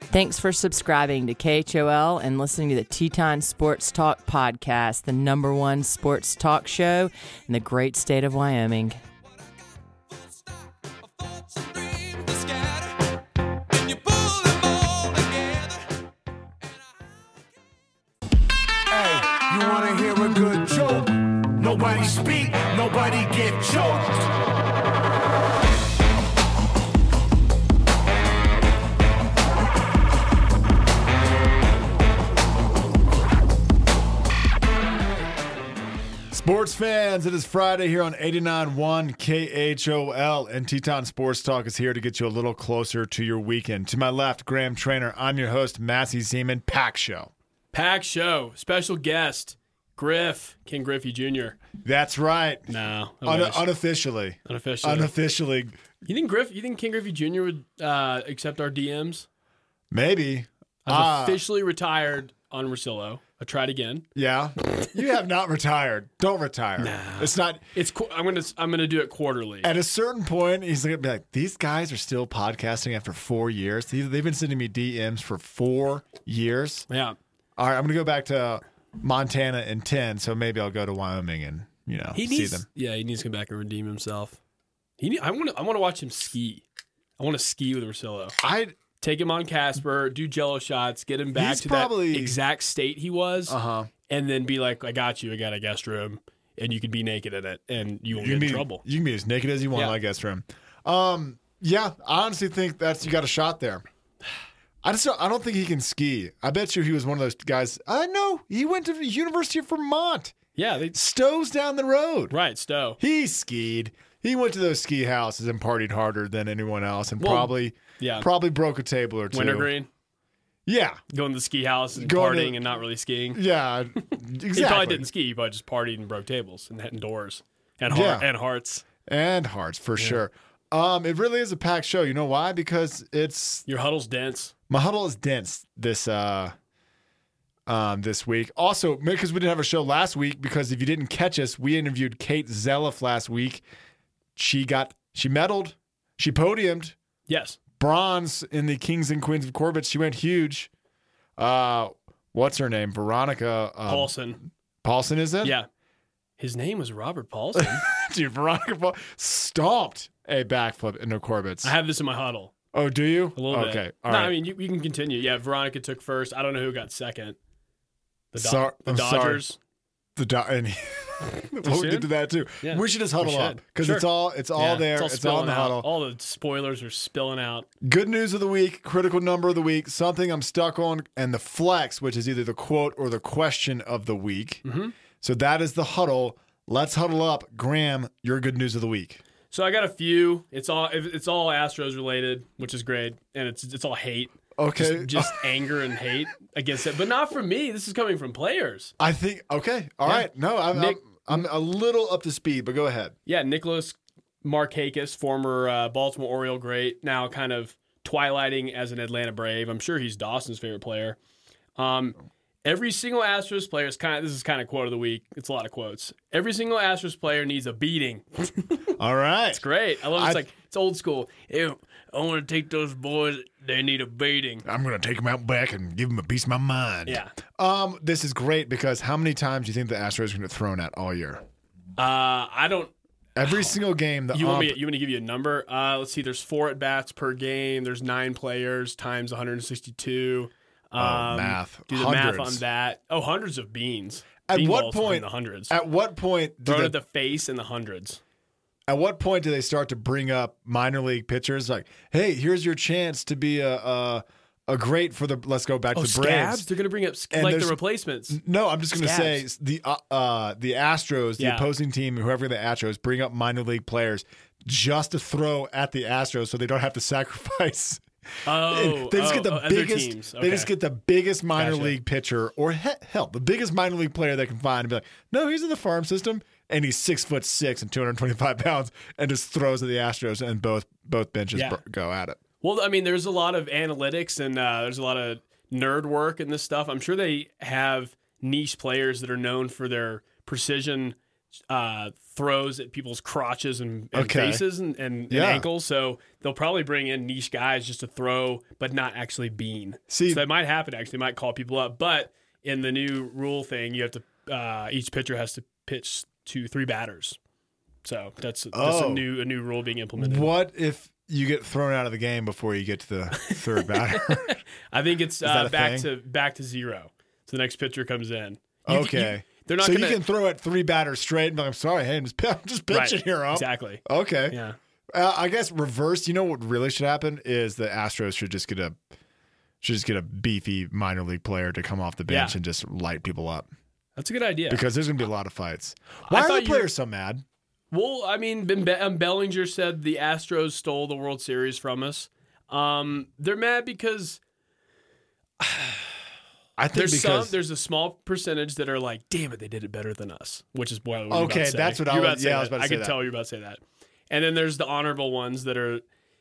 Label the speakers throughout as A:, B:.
A: Thanks for subscribing to KHOL and listening to the Teton Sports Talk podcast, the number one sports talk show in the great state of Wyoming.
B: Hey, you wanna hear a good joke? Nobody speak, nobody get choked.
C: Sports fans, it is Friday here on 89.1 KHOL, and Teton Sports Talk is here to get you a little closer to your weekend. To my left, Graham Trainer. I'm your host, Massey Zeman, Pack Show.
D: Pack show, special guest, Griff, King Griffey Jr.
C: That's right.
D: No, I
C: Un-
D: wish.
C: unofficially.
D: unofficially.
C: Unofficially.
D: you think Griff? You think King Griffey Jr. would uh, accept our DMs?
C: Maybe.
D: I've
C: Ah.
D: officially retired on Rosillo. I tried again.
C: Yeah. you have not retired. Don't retire. It's not.
D: It's qu- I'm gonna I'm gonna do it quarterly.
C: At a certain point, he's going to be like, these guys are still podcasting after four years. They- They've been sending me DMs for four years.
D: yeah,
C: All right, I'm gonna go back to Montana in ten, so maybe I'll go to Wyoming and you know
D: he
C: see
D: needs.
C: them.
D: Yeah, he needs to come back and redeem himself. He need, I want to I want to watch him ski. I want to ski with Rosillo.
C: I
D: Take him on Casper, do Jello shots, get him back
C: He's
D: to
C: probably-
D: that exact state he was,
C: uh huh.
D: and then be like, "I got you. I got a guest room, and you can be naked in it, and you won't
C: You can
D: get
C: be
D: in trouble."
C: you can be as naked as you want,
D: Yeah.
C: I guess, room. Um, yeah, I honestly think that's you got a shot there. I just don't, I don't think he can ski. I bet you he was one of those guys. I know he went to the University of Vermont.
D: Yeah, they
C: Stowe's down the road.
D: right Stowe.
C: He skied. He went to those ski houses and partied harder than anyone else, and
D: Well,
C: probably
D: Yeah,
C: probably broke a table or two.
D: Wintergreen
C: Yeah,
D: going to the ski house and
C: Going to-
D: partying and not really skiing.
C: yeah. Exactly.
D: He probably didn't ski. He probably just partied and broke tables and had doors and heart,
C: Yeah.
D: and hearts.
C: and hearts for sure. Um, it really is a packed show. You know why? Because it's
D: Your huddle's dense.
C: my huddle is dense this uh um this week. Also, because we didn't have a show last week, because if you didn't catch us, we interviewed Kate Zelliff last week. She got she medaled, she podiumed
D: Yes,
C: bronze in the Kings and Queens of Corbett. She went huge. Uh what's her name? Veronica um,
D: Paulson.
C: Paulson is it?
D: Yeah, his name was Robert Paulson.
C: Dude, Veronica Paul- stomped a backflip into Corbett's.
D: I have this in my huddle
C: oh, do you?
D: a little
C: okay.
D: bit.
C: All
D: no,
C: right.
D: I mean you, you can continue. Yeah, Veronica took first. I don't know who got second. The, Do-
C: Sor-
D: the
C: I'm sorry.
D: Dodgers.
C: the do- and he- well, we
D: soon?
C: did to that too.
D: Yeah.
C: We should just huddle up
D: should.
C: because it's
D: Sure.
C: all it's all
D: Yeah,
C: there.
D: It's all
C: It's all,
D: spilling
C: in the
D: out.
C: huddle.
D: All the spoilers are spilling out.
C: Good news of the week, critical number of the week, something I'm stuck on, and the flex, which is either the quote or the question of the week.
D: Mhm.
C: So that is the huddle. Let's huddle up, Graham. Your good news of the week.
D: So I got a few. It's all it's all Astros related, which is great, and it's it's all hate,
C: Okay,
D: just, just anger and hate against it. But not from me. This is coming from players.
C: I think okay. All
D: Yeah.
C: right. No, I'm,
D: Nick-
C: I'm I'm a little up to speed, but go ahead.
D: Yeah, Nicholas Markakis, former uh, Baltimore Oriole great, now kind of twilighting as an Atlanta Brave. I'm sure he's Dawson's favorite player. Um, every single Astros player is kind of this is kind of quote of the week. It's a lot of quotes. Every single Astros player needs a beating.
C: All right.
D: Great. I love it.
C: I-
D: It's like it's old school. Ew, I want to take those boys. They need a beating.
C: I'm gonna take him out back and give him a piece of my mind.
D: Yeah.
C: Um, this is great because how many times do you think the Astros are gonna get thrown at all year?
D: Uh, I don't.
C: Every single game, the
D: You want
C: ump-
D: me? You want me to give you a number? Uh, let's see. There's four at bats per game. There's nine players times 162. Um,
C: oh, math.
D: Do the math on
C: Hundreds.
D: that. Oh, hundreds of beans.
C: At
D: Bean
C: what
D: balls in
C: point-
D: The hundreds.
C: at what point do
D: Thrown
C: they,
D: at the face in the hundreds.
C: at what point do they start to bring up minor league pitchers like, hey, here's your chance to be a a, a great for the let's go back
D: Oh,
C: to
D: scabs.
C: Braves.
D: They're gonna bring up sc-
C: And
D: like the
C: there's-
D: replacements.
C: No, I'm just going to say
D: Scabs.
C: the uh, uh, the Astros, the
D: Yeah.
C: opposing team, whoever the Astros, bring up minor league players just to throw at the Astros, so they don't have to sacrifice.
D: Oh,
C: they just
D: oh,
C: get the
D: oh, other
C: biggest.
D: Teams.
C: They just
D: Okay.
C: get the biggest minor
D: Gotcha.
C: league pitcher, or he- hell, the biggest minor league player they can find, and be like, "No, he's in the farm system, and he's six foot six and two hundred twenty five pounds, and just throws at the Astros, and both both benches
D: Yeah.
C: br- go at it."
D: Well, I mean, there's a lot of analytics and uh, there's a lot of nerd work in this stuff. I'm sure they have niche players that are known for their precision uh, throws at people's crotches and, and
C: Okay.
D: faces and, and, and
C: Yeah.
D: ankles. So they'll probably bring in niche guys just to throw, but not actually bean.
C: See-
D: so that might happen. Actually, they might call people up. But in the new rule thing, you have to uh, each pitcher has to pitch to three batters. So that's that's a
C: Oh.
D: new a new rule being implemented.
C: What if you get thrown out of the game before you get to the third batter?
D: I think it's
C: that
D: uh,
C: a
D: back
C: thing?
D: to back to zero. So the next pitcher comes in. You- you-
C: okay.
D: they're not
C: so
D: gonna-
C: you can throw at three batters straight and be like, I'm sorry, hey, I'm just, I'm just
D: Right,
C: pitching here. Up.
D: Exactly.
C: Okay.
D: Yeah.
C: Uh, I guess reverse. You know what really should happen is the Astros should just get a should just get a beefy minor league player to come off the bench
D: Yeah.
C: and just light people up
D: That's a good idea.
C: because there's gonna be a lot of fights. Why
D: thought
C: are
D: you-
C: the players so mad?
D: well, I mean, Ben- um, Bellinger said the Astros stole the World Series from us. Um, they're mad because
C: I think
D: there's
C: because
D: some there's a small percentage that are like, "Damn it, they did it better than us," which is what I was about
C: Okay,
D: to say.
C: that's what I
D: You're
C: was-
D: about to say
C: yeah, I was
D: that.
C: about to say
D: could
C: that.
D: tell you're about to say that. And then there's the honorable ones that are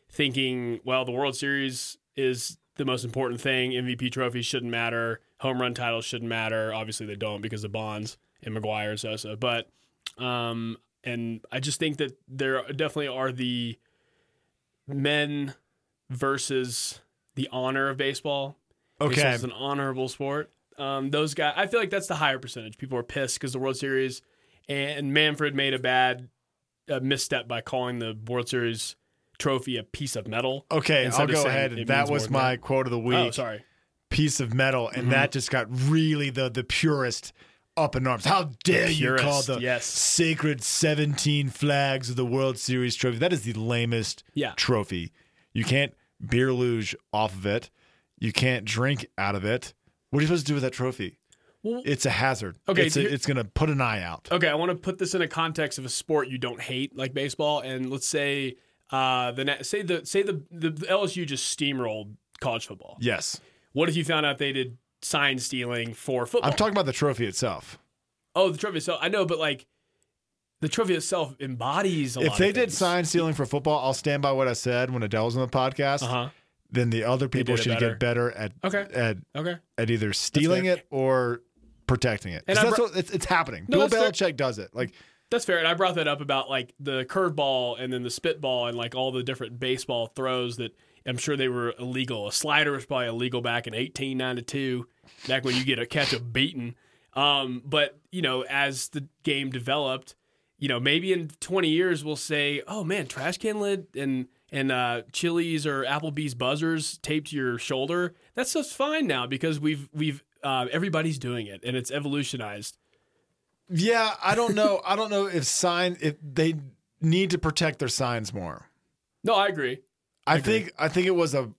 D: thinking, "Well, the World Series is the most important thing. MVP trophies shouldn't matter. Home run titles shouldn't matter. Obviously, they don't because of Bonds and McGuire and Sosa. But um, and I just think that there definitely are the men versus the honor of baseball
C: okay,
D: it's an honorable sport. Um, those guys, I feel like that's the higher percentage. People are pissed because the World Series and Manfred made a bad uh, misstep by calling the World Series trophy a piece of metal.
C: okay.
D: instead
C: I'll
D: of
C: go
D: saying
C: ahead.
D: it means
C: That
D: more
C: was
D: than
C: my
D: that.
C: quote of the week.
D: Oh, sorry.
C: Piece of metal, and
D: Mm-hmm.
C: that just got really the the purest up in arms. How dare you call
D: purest,
C: the
D: yes.
C: sacred 17 flags of the World Series trophy? That is the lamest
D: Yeah.
C: trophy. You can't beer luge off of it. You can't drink out of it. What are you supposed to do with that trophy?
D: Well-
C: it's a hazard.
D: Okay,
C: it's, a-
D: here-
C: it's going to put an eye out.
D: Okay, I want to put this in a context of a sport you don't hate, like baseball, and let's say uh, the na- say the say the, the LSU just steamrolled college football.
C: Yes,
D: What if you found out they did sign stealing for football?
C: I'm talking about the trophy itself.
D: oh, the trophy itself. I know, but like the trophy itself embodies a lot.
C: If
D: of
C: they did
D: things.
C: sign stealing for football, I'll stand by what I said when Adele was on the podcast.
D: Uh-huh.
C: Then the other people
D: did it
C: should get better at
D: Okay.
C: at
D: Okay.
C: at either stealing
D: fair.
C: it or protecting it. 'Cause
D: And I
C: that's
D: br-
C: what, it's, it's happening.
D: No,
C: Bill
D: that's
C: Belichick does it. Like
D: That's fair. And I brought that up about like the curveball and then the spitball and like all the different baseball throws that I'm sure they were illegal. A slider was probably illegal back in 1892, back when you get a catch a beating. Um, but, you know, as the game developed, you know, maybe in 20 years we'll say, oh man, trash can lid and and uh, Chili's or Applebee's buzzers taped to your shoulder. That stuff's fine now because we've we've uh, everybody's doing it and it's evolutionized.
C: Yeah, I don't know. I don't know if sign if they need to protect their signs more.
D: No, I agree.
C: I, think I think it was a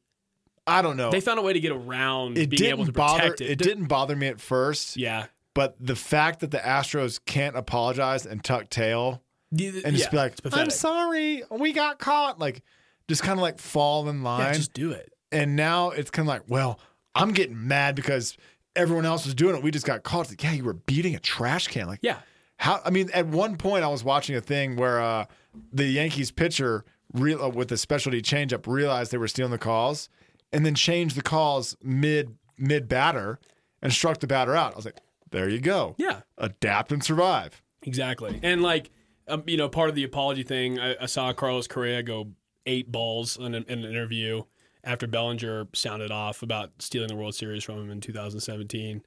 C: I don't know.
D: They found a way to get around
C: Oh. it
D: being
C: didn't
D: able to
C: bother
D: protect
C: it,
D: it.
C: didn't bother me at first,
D: Yeah.
C: but the fact that the Astros can't apologize and tuck tail and
D: And
C: just be like,
D: it's pathetic.
C: "I'm sorry, we got caught." Like just kind of like fall in line.
D: Yeah, just do it.
C: and now it's kind of like, well, I'm getting mad because everyone else was doing it. We just got caught. It's like, yeah, you were beating a trash can. Like,
D: Yeah.
C: how? I mean, at one point, I was watching a thing where uh, the Yankees pitcher real, uh, with the specialty changeup realized they were stealing the calls, and then changed the calls mid mid batter and struck the batter out. I was like, there you go.
D: Yeah.
C: adapt and survive.
D: Exactly. And like, um, you know, part of the apology thing, I, I saw Carlos Correa go eight balls in an, in an interview after Bellinger sounded off about stealing the World Series from him in 2017.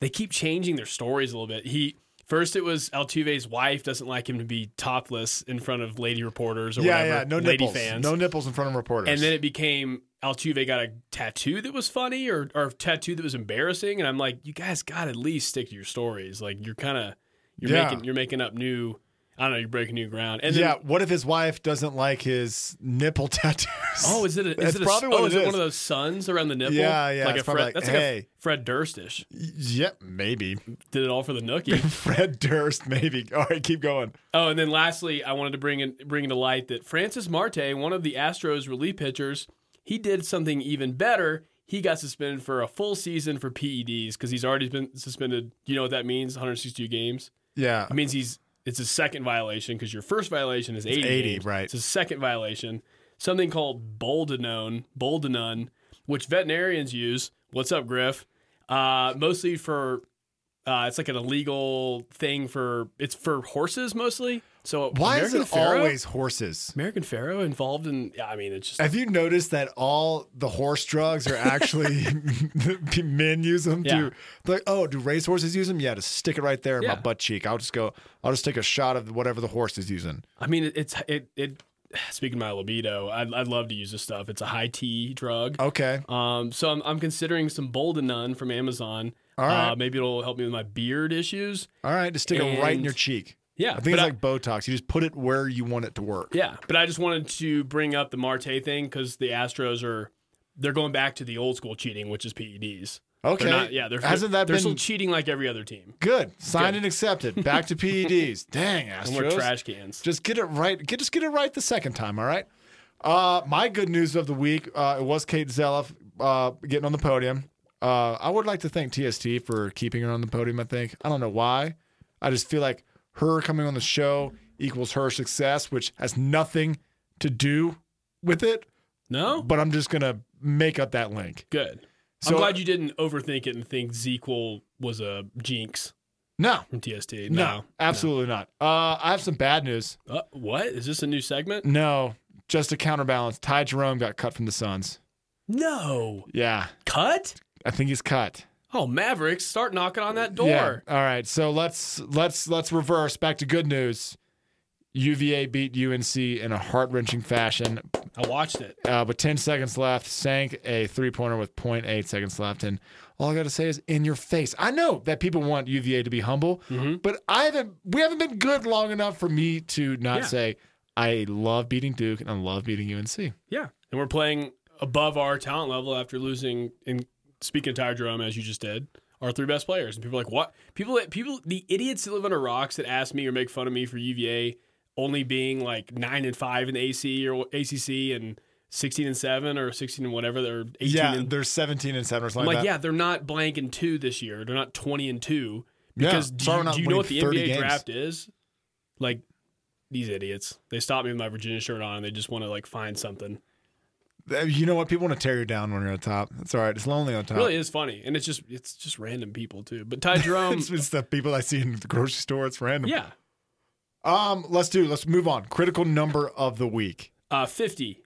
D: They keep changing their stories a little bit. He first it was Altuve's wife doesn't like him to be topless in front of lady reporters or
C: yeah,
D: whatever,
C: yeah. No
D: lady
C: nipples.
D: fans.
C: No nipples in front of reporters.
D: And then it became Altuve got a tattoo that was funny or or a tattoo that was embarrassing. And I'm like, you guys got to at least stick to your stories. Like you're kind of you're
C: Yeah.
D: making you're making up new. I don't know. You're breaking new ground. And then,
C: yeah, what if his wife doesn't like his nipple tattoos?
D: Oh, is it? A, is
C: That's
D: it a,
C: probably
D: oh,
C: what
D: is
C: it
D: it
C: is.
D: one of those suns around the nipple?
C: Yeah, yeah,
D: Like a
C: it's probably
D: Fred,
C: like,
D: that's like
C: hey.
D: a Fred Durstish
C: Yep, maybe.
D: did it all for the nookie.
C: Fred Durst, maybe. All right, keep going.
D: Oh, and then lastly, I wanted to bring in, bring to light that Francis Marte, one of the Astros relief pitchers, he did something even better. He got suspended for a full season for PEDs because he's already been suspended. You know what that means? 162 games.
C: Yeah.
D: It means he's it's his second violation because your first violation is 80.
C: 80,
D: games.
C: right.
D: It's his second violation. Something called boldenone, boldenone, which veterinarians use. What's up, Griff? Uh, mostly for uh, Uh, it's like an illegal thing for it's for horses mostly. So
C: Why
D: American
C: is it
D: Pharaoh,
C: always horses?
D: American Pharaoh involved in? Yeah, I mean, it's just
C: Have you noticed that all the horse drugs are actually men use them
D: Yeah.
C: to like oh do racehorses use them? Yeah, to stick it right there in
D: Yeah.
C: my butt cheek. I'll just go. I'll just take a shot of whatever the horse is using.
D: I mean, it, it's it it. Speaking of my libido, I'd, I'd love to use this stuff. It's a high tea drug.
C: Okay,
D: Um, so I'm, I'm considering some Boldenone from Amazon.
C: All right.
D: Uh, maybe it'll help me with my beard issues.
C: all right, just stick it right in
D: And-
C: your cheek.
D: Yeah,
C: I think it's
D: but I-
C: like Botox. You just put it where you want it to work.
D: Yeah, but I just wanted to bring up the Marte thing because the Astros are they're going back to the old school cheating, which is PEDs.
C: Okay,
D: They're not, yeah, they're
C: hasn't that
D: they're
C: been
D: still cheating like every other team.
C: good? Signed
D: Good.
C: and accepted. Back to PEDs. Dang,
D: And we're
C: Astros.
D: trash cans.
C: Just get it right. Get just get it right the second time. All right. Uh, my good news of the week. Uh, it was Kate Zelliff uh, getting on the podium. Uh, I would like to thank TST for keeping her on the podium. I think I don't know why. I just feel like her coming on the show equals her success, which has nothing to do with it.
D: No,
C: But I'm just gonna make up that link.
D: good.
C: So-
D: I'm glad you didn't overthink it and think Zequel was a jinx
C: No,
D: from TST.
C: no,
D: No,
C: absolutely not. Uh, I have some bad news.
D: Uh, what is this a new segment?
C: No, just to counterbalance, Ty Jerome got cut from the Suns.
D: No,
C: Yeah,
D: cut.
C: I think he's cut.
D: Oh, Mavericks, start knocking on that door.
C: Yeah. All right. So let's let's let's reverse back to good news. UVA beat UNC in a heart wrenching fashion,
D: I watched it.
C: uh, with 10 seconds left, sank a three pointer with 0.8 seconds left. And all I got to say is in your face. I know that people want UVA to be humble,
D: Mm-hmm.
C: but I haven't, we haven't been good long enough for me to not
D: Yeah.
C: say, I love beating Duke and I love beating UNC.
D: Yeah. And we're playing above our talent level after losing and speaking of Ty Jerome as you just did, our three best players. And people are like, what people people the idiots that live under rocks that ask me or make fun of me for UVA only being like nine and five in the AC or ACC and sixteen and seven or sixteen and whatever they're eighteen and
C: they're 17 and 7 or
D: I'm
C: something
D: like, yeah, they're not blank and two this year. They're not twenty and two. Because do
C: sorry we're
D: you,
C: not
D: do you know what the
C: winning
D: NBA
C: 30 games.
D: draft is? Like these idiots. They stopped me with my Virginia shirt on and they just want to like find something.
C: Uh, You know what? People want to tear you down when you're on top. It's all right. It's lonely on top.
D: really is funny, and it's just it's just random people too. But Ty Jerome,
C: it's, it's the people I see in the grocery store. It's random.
D: yeah,
C: Um, let's do. Let's move on. Critical number of the week.
D: uh, fifty.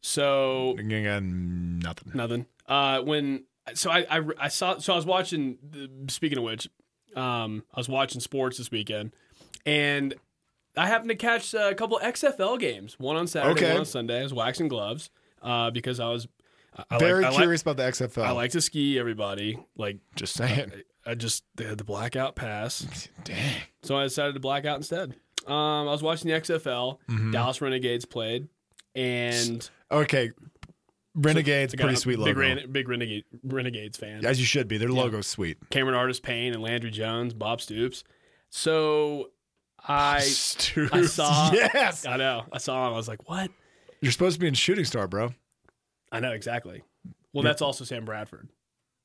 D: So
C: Again, nothing.
D: nothing. Uh, when so I, I I saw so I was watching. The, speaking of which, um, I was watching sports this weekend, and I happened to catch uh, a couple XFL games. One on Saturday,
C: Okay.
D: one on Sunday. I was waxing gloves uh, because I was I, I
C: Very
D: like, I like-
C: curious about the XFL.
D: I like to ski. Everybody like
C: Just saying.
D: I just they had the blackout pass.
C: Dang.
D: So I decided to black out instead. Um, I was watching the XFL.
C: Mm-hmm.
D: Dallas Renegades played, and
C: Okay. Renegades,
D: I got
C: pretty
D: a
C: sweet
D: big
C: logo.
D: Rene- big Renegade Renegades fan.
C: As you should be. Their logo's sweet.
D: Cameron Artis Payne and Landry Jones, Bob Stoops. So I,
C: Stoops.
D: I saw-
C: Yes.
D: I know I saw him. I was like, what?
C: You're supposed to be in Shooting Star, bro.
D: I know exactly. Well, that's also Sam Bradford.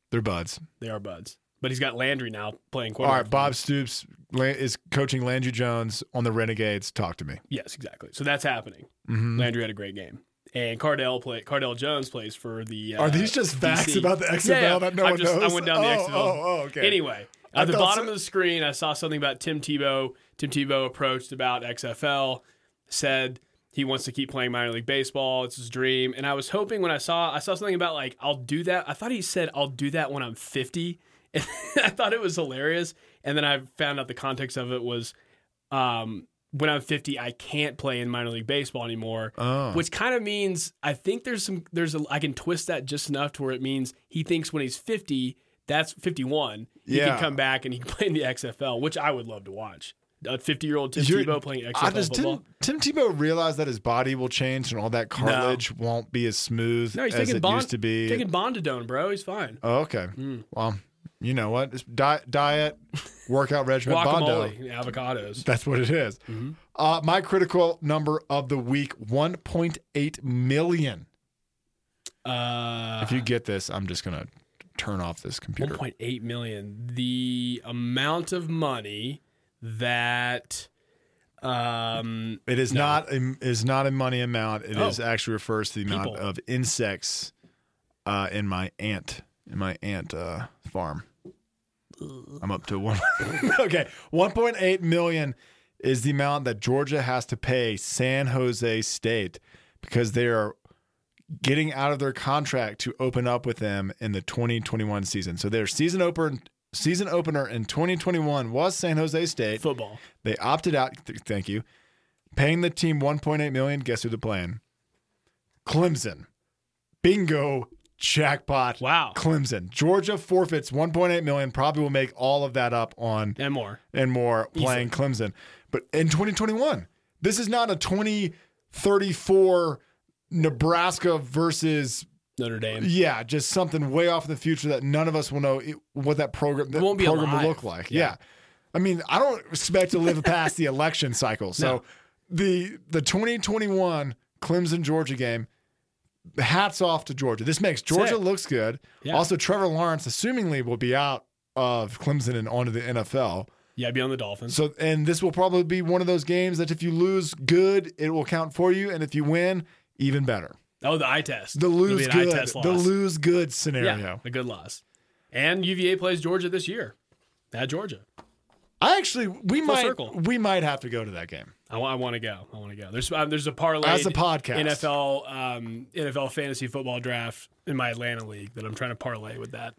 C: They're buds.
D: They are buds, but he's got Landry now playing
C: All
D: quarterback.
C: right. Bob Stoops la- is coaching Landry Jones on the Renegades. Talk to me.
D: Yes, exactly. So that's happening.
C: Mhm.
D: Landry had a great game. And Cardell play Cardell Jones plays for the. Uh,
C: Are these just facts
D: DC.
C: about the XFL
D: Yeah, yeah.
C: that no
D: I
C: one
D: just-
C: knows?
D: I went down the
C: oh,
D: XFL.
C: Oh, oh, okay.
D: Anyway,
C: I
D: at the
C: thought
D: bottom
C: so-
D: of the screen, I saw something about Tim Tebow. Tim Tebow approached about XFL, said he wants to keep playing minor league baseball. It's his dream. And I was hoping when I saw I saw something about like I'll do that. I thought he said I'll do that when I'm 50. And I thought it was hilarious. And then I found out the context of it was um, when I'm 50, I can't play in minor league baseball anymore.
C: Oh.
D: Which kind of means I think there's some there's a I can twist that just enough to where it means he thinks when he's 50, that's 51, he
C: Yeah.
D: can come back and he can play in the XFL, which I would love to watch. A 50 year old Tim
C: You're-
D: Tebow playing XFL
C: I just
D: football.
C: didn't. Tim Tebow realize that his body will change and all that cartilage won't be as smooth
D: No, he's
C: as
D: taking
C: it
D: bond,
C: used to be.
D: taking Mm. Bondadone, bro. He's fine.
C: oh, okay. Well, you know what? It's di- diet, workout regimen, Bondo.
D: Guacamole, Mm-hmm. and avocados.
C: That's what it is. Uh, my critical number of the week: one point eight million.
D: Uh,
C: If you get this, I'm just gonna turn off this computer.
D: 1.8 million. The amount of money that um
C: It is not a, is not a money amount. It is
D: Oh.
C: actually refers to the amount
D: People.
C: of insects uh, in my ant in my ant uh, farm. I'm up to one. okay, 1.8 million is the amount that Georgia has to pay San Jose State because they are getting out of their contract to open up with them in the 2021 season. So their season opener season opener in 2021 was San Jose State.
D: Football.
C: They opted out. th- thank you. Paying the team 1.8 million. Guess who they're playing? Clemson. Bingo jackpot.
D: Wow.
C: Clemson. Georgia forfeits 1.8 million. Probably will make all of that up on
D: And more.
C: and more playing Clemson. But in 2021, this is not a 2034 Nebraska versus
D: Notre Dame.
C: yeah, just something way off in the future that none of us will know it- what that program that
D: won't be
C: program
D: alive.
C: will look like. Yeah. I mean, I don't expect to live past the election cycle. So
D: No.
C: the the 2021 Clemson Georgia game hats off to Georgia. This makes Georgia
D: it.
C: looks good.
D: Yeah.
C: Also Trevor Lawrence assumingly will be out of Clemson and onto the NFL.
D: Yeah, be on the Dolphins.
C: So, and this will probably be one of those games that if you lose, good, it will count for you, and if you win, even better.
D: oh, the eye test.
C: The
D: It'll be
C: lose
D: an
C: good,
D: Eye test loss.
C: the lose good scenario.
D: Yeah, a good loss. And UVA plays Georgia this year. At Georgia.
C: I actually, we might,
D: circle.
C: we might have to go to that game.
D: I want to go. I want to go. There's um, there's a parlay
C: As a podcast.
D: NFL um, NFL fantasy football draft in my Atlanta league that I'm trying to parlay with that.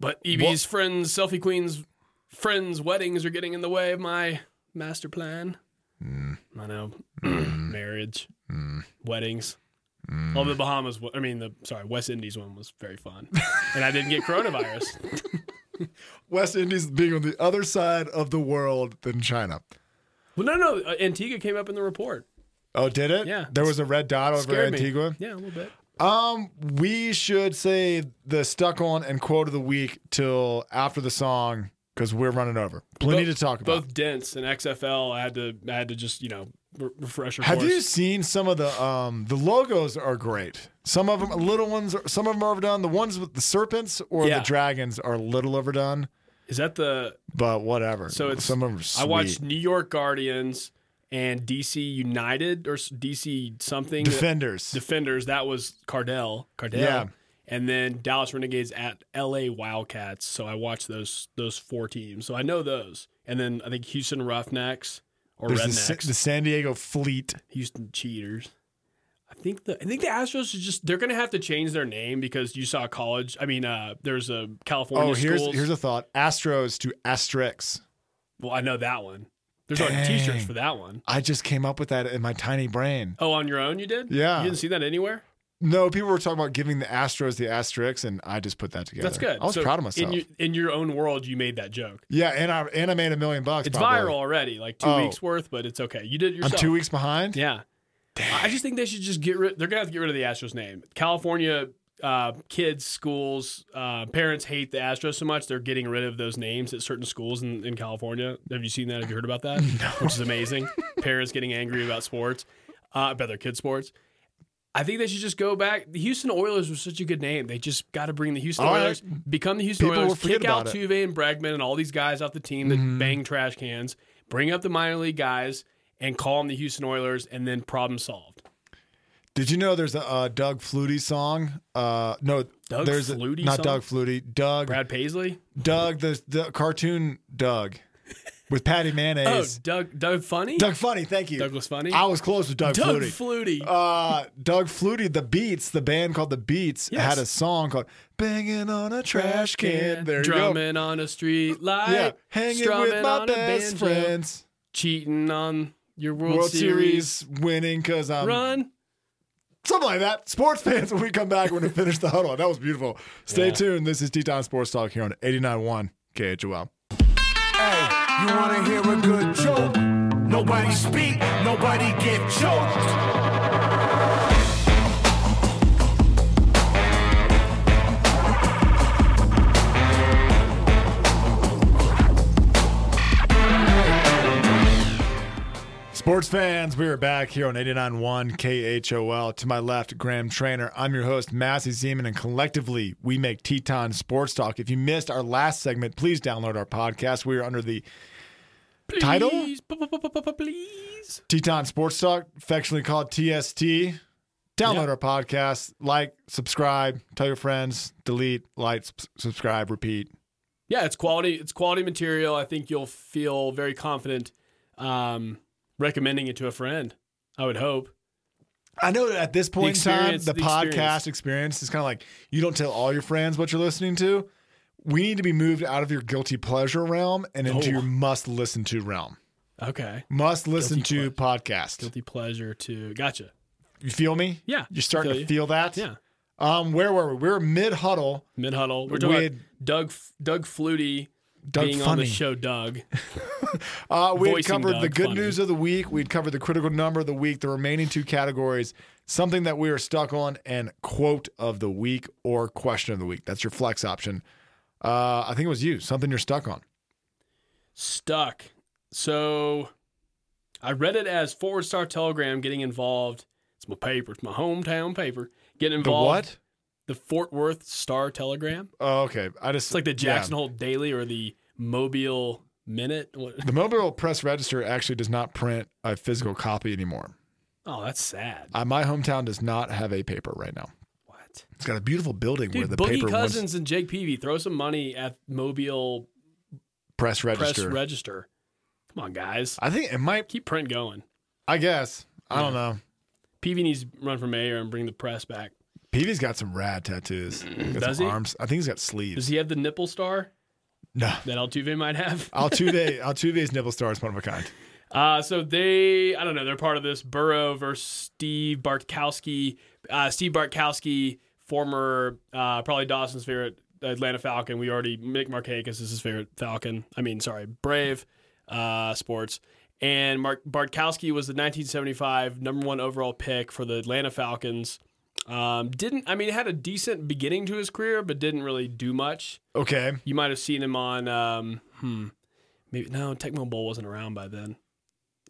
D: But EB's
C: What-
D: friends, selfie queens, friends' weddings are getting in the way of my master plan.
C: Hmm.
D: I know marriage, weddings.
C: Hmm.
D: Well, the Bahamas. wa- I mean, the sorry, West Indies one was very fun, and I didn't get coronavirus.
C: West Indies being on the other side of the world than China.
D: well, no, no, uh, Antigua came up in the report.
C: Oh, did it?
D: Yeah.
C: There was a red dot over
D: Scared me.
C: Antigua.
D: Yeah, a little bit.
C: Um, we should say the stuck on and quote of the week till after the song because we're running over. Plenty
D: Both-
C: to talk about.
D: Both Dents and XFL, I had to, I had to just you know re- refresh. Your
C: Have
D: course.
C: you seen some of the um the logos are great. Some of them little ones. Are, some of them are overdone. The ones with the serpents or
D: Yeah.
C: the dragons are a little overdone.
D: Is that the?
C: But whatever.
D: So it's-
C: some of them. Are sweet.
D: I watched New York Guardians and DC United or s- DC something
C: Defenders.
D: Defenders. That was Cardell. Cardell.
C: Yeah.
D: And then Dallas Renegades at LA Wildcats. So I watched those those four teams. So I know those. And then I think Houston Roughnecks or
C: There's the,
D: Rednecks.
C: Sa- the San Diego Fleet.
D: Houston Cheaters. I think the I think the Astros is just they're gonna have to change their name because you saw college. I mean, uh, there's a California
C: Oh, here's
D: schools.
C: here's a thought. Astros to Asterix.
D: well, I know that one. There's already
C: Dang.
D: T-shirts for that one.
C: I just came up with that in my tiny brain.
D: Oh, on your own, you did?
C: Yeah.
D: You didn't see that anywhere.
C: No, people were talking about giving the Astros the Asterix, and I just put that together.
D: That's good.
C: I was
D: So
C: proud of myself.
D: In your, in your own world, you made that joke.
C: yeah, and I and I made a million bucks.
D: It's
C: probably.
D: viral already, like two
C: Oh.
D: weeks worth, but it's okay. You did it
C: I'm
D: yourself.
C: two weeks behind.
D: Yeah. I just think they should just get rid. They're gonna have to get rid of the Astros name. California uh, kids, schools, uh, parents hate the Astros so much they're getting rid of those names at certain schools in, in California. Have you seen that? Have you heard about that? Which is amazing. parents getting angry about sports, uh, about their kids' sports. I think they should just go back. The Houston Oilers was such a good name. They just got to bring the Houston
C: All right.
D: Oilers, become the Houston
C: People will
D: Oilers,
C: forget
D: kick out
C: about Mm-hmm.
D: Tuve and Bregman and all these guys off the team that bang trash cans, bring up the minor league guys and call them the Houston Oilers, and then problem solved.
C: Did you know there's a uh, Doug Flutie song? Uh, no,
D: Doug
C: there's a-
D: Flutie
C: not
D: song?
C: Doug Flutie. Doug,
D: Brad Paisley,
C: Doug, the, the cartoon Doug with Patty
D: oh
C: Mayonnaise.
D: Doug, Doug Funny,
C: Doug Funny, thank you.
D: Douglas Funny,
C: I was close with Doug,
D: Doug
C: Flutie.
D: Flutie.
C: uh, Doug Flutie, the Beats, the band called the Beats,
D: Yes.
C: had a song called "Banging on a Trash Can." There you
D: drumming on a street
C: go.
D: light,
C: Yeah, hanging
D: strumming
C: with my
D: on a
C: best
D: banjo,
C: friends.
D: cheating on your World,
C: World
D: Series.
C: Series winning because I'm
D: Run.
C: something like that. Sports fans, when we come back, we're gonna finish the huddle. That was beautiful. Stay tuned. This is Teton Sports Talk here on 89.1 KHOL.
B: Hey, you wanna hear a good joke? Nobody speak, nobody get choked.
C: Sports fans, we are back here on 89.1 KHOL. To my left, Graham Trainer. I'm your host, Massey Zeman, and collectively we make Teton Sports Talk. If you missed our last segment, please download our podcast. We are under the Title?
D: Please, p- p- p- p- p- please.
C: Teton Sports Talk, affectionately called TST. Download our podcast, like, subscribe, tell your friends, delete, like, subs- subscribe, repeat.
D: Yeah, it's quality. It's quality material. I think you'll feel very confident um, recommending it to a friend. I would hope.
C: I know that at this point in time,
D: experience-
C: the,
D: the
C: podcast experience, is kind of like you don't tell all your friends what you're listening to. We need to be moved out of your guilty pleasure realm and into
D: Oh.
C: your must listen to realm.
D: Okay.
C: Must listen to
D: Guilty
C: podcast.
D: Guilty pleasure to. Gotcha.
C: You feel me?
D: Yeah,
C: You're starting
D: I feel
C: to
D: you.
C: feel that?
D: Yeah.
C: Um, where were we? We were mid huddle.
D: Mid huddle. We're talking
C: We
D: about Doug Doug Flutie
C: Doug
D: being on
C: Funny.
D: the show. Doug.
C: Uh, we had
D: Voicing
C: covered the
D: Doug
C: good
D: Funny.
C: news of the week. We'd covered the critical number of the week, the remaining two categories, something that we were stuck on, and quote of the week or question of the week. That's your flex option. Uh, I think it was you, something you're stuck on.
D: stuck. So I read it as Forward Star Telegram getting involved. It's my paper. It's my hometown paper. Getting
C: The
D: involved.
C: what?
D: The Fort Worth Star Telegram.
C: Oh, okay. I just
D: It's like the
C: yeah.
D: Jackson Hole Daily or the Mobile Minute. What-
C: The Mobile Press Register actually does not print a physical copy anymore.
D: Oh, that's sad.
C: Uh, my hometown does not have a paper right now.
D: What?
C: It's got a beautiful building where
D: Dude,
C: the
D: Boogie
C: paper once-
D: Cousins and Jake Peavy throw some money at Mobile
C: press register.
D: Press Register. Come on, guys.
C: I think it might.
D: Keep print going.
C: I guess I don't know.
D: Peavy needs to run for mayor and bring the press back.
C: Peavy's got some rad tattoos. He's got
D: Mm-hmm. Does
C: some
D: he?
C: Arms. I think he's got sleeves.
D: Does he have the nipple star
C: No.
D: that Altuve might have?
C: Altuve, Altuve's nipple star is one of a kind.
D: Uh, so they, I don't know, they're part of this Burrow versus Steve Bartkowski. Uh, Steve Bartkowski, former, uh, probably Dawson's favorite Atlanta Falcon. We already, Mick Markakis is his favorite Falcon. I mean, sorry, Brave uh, Sports. And Mark Bartkowski was the 1975 number one overall pick for the Atlanta Falcons. Um, didn't, I mean, had a decent beginning to his career, but didn't really do much.
C: Okay.
D: You might have seen him on. Um, hmm. Maybe no. Tecmo Bowl wasn't around by then.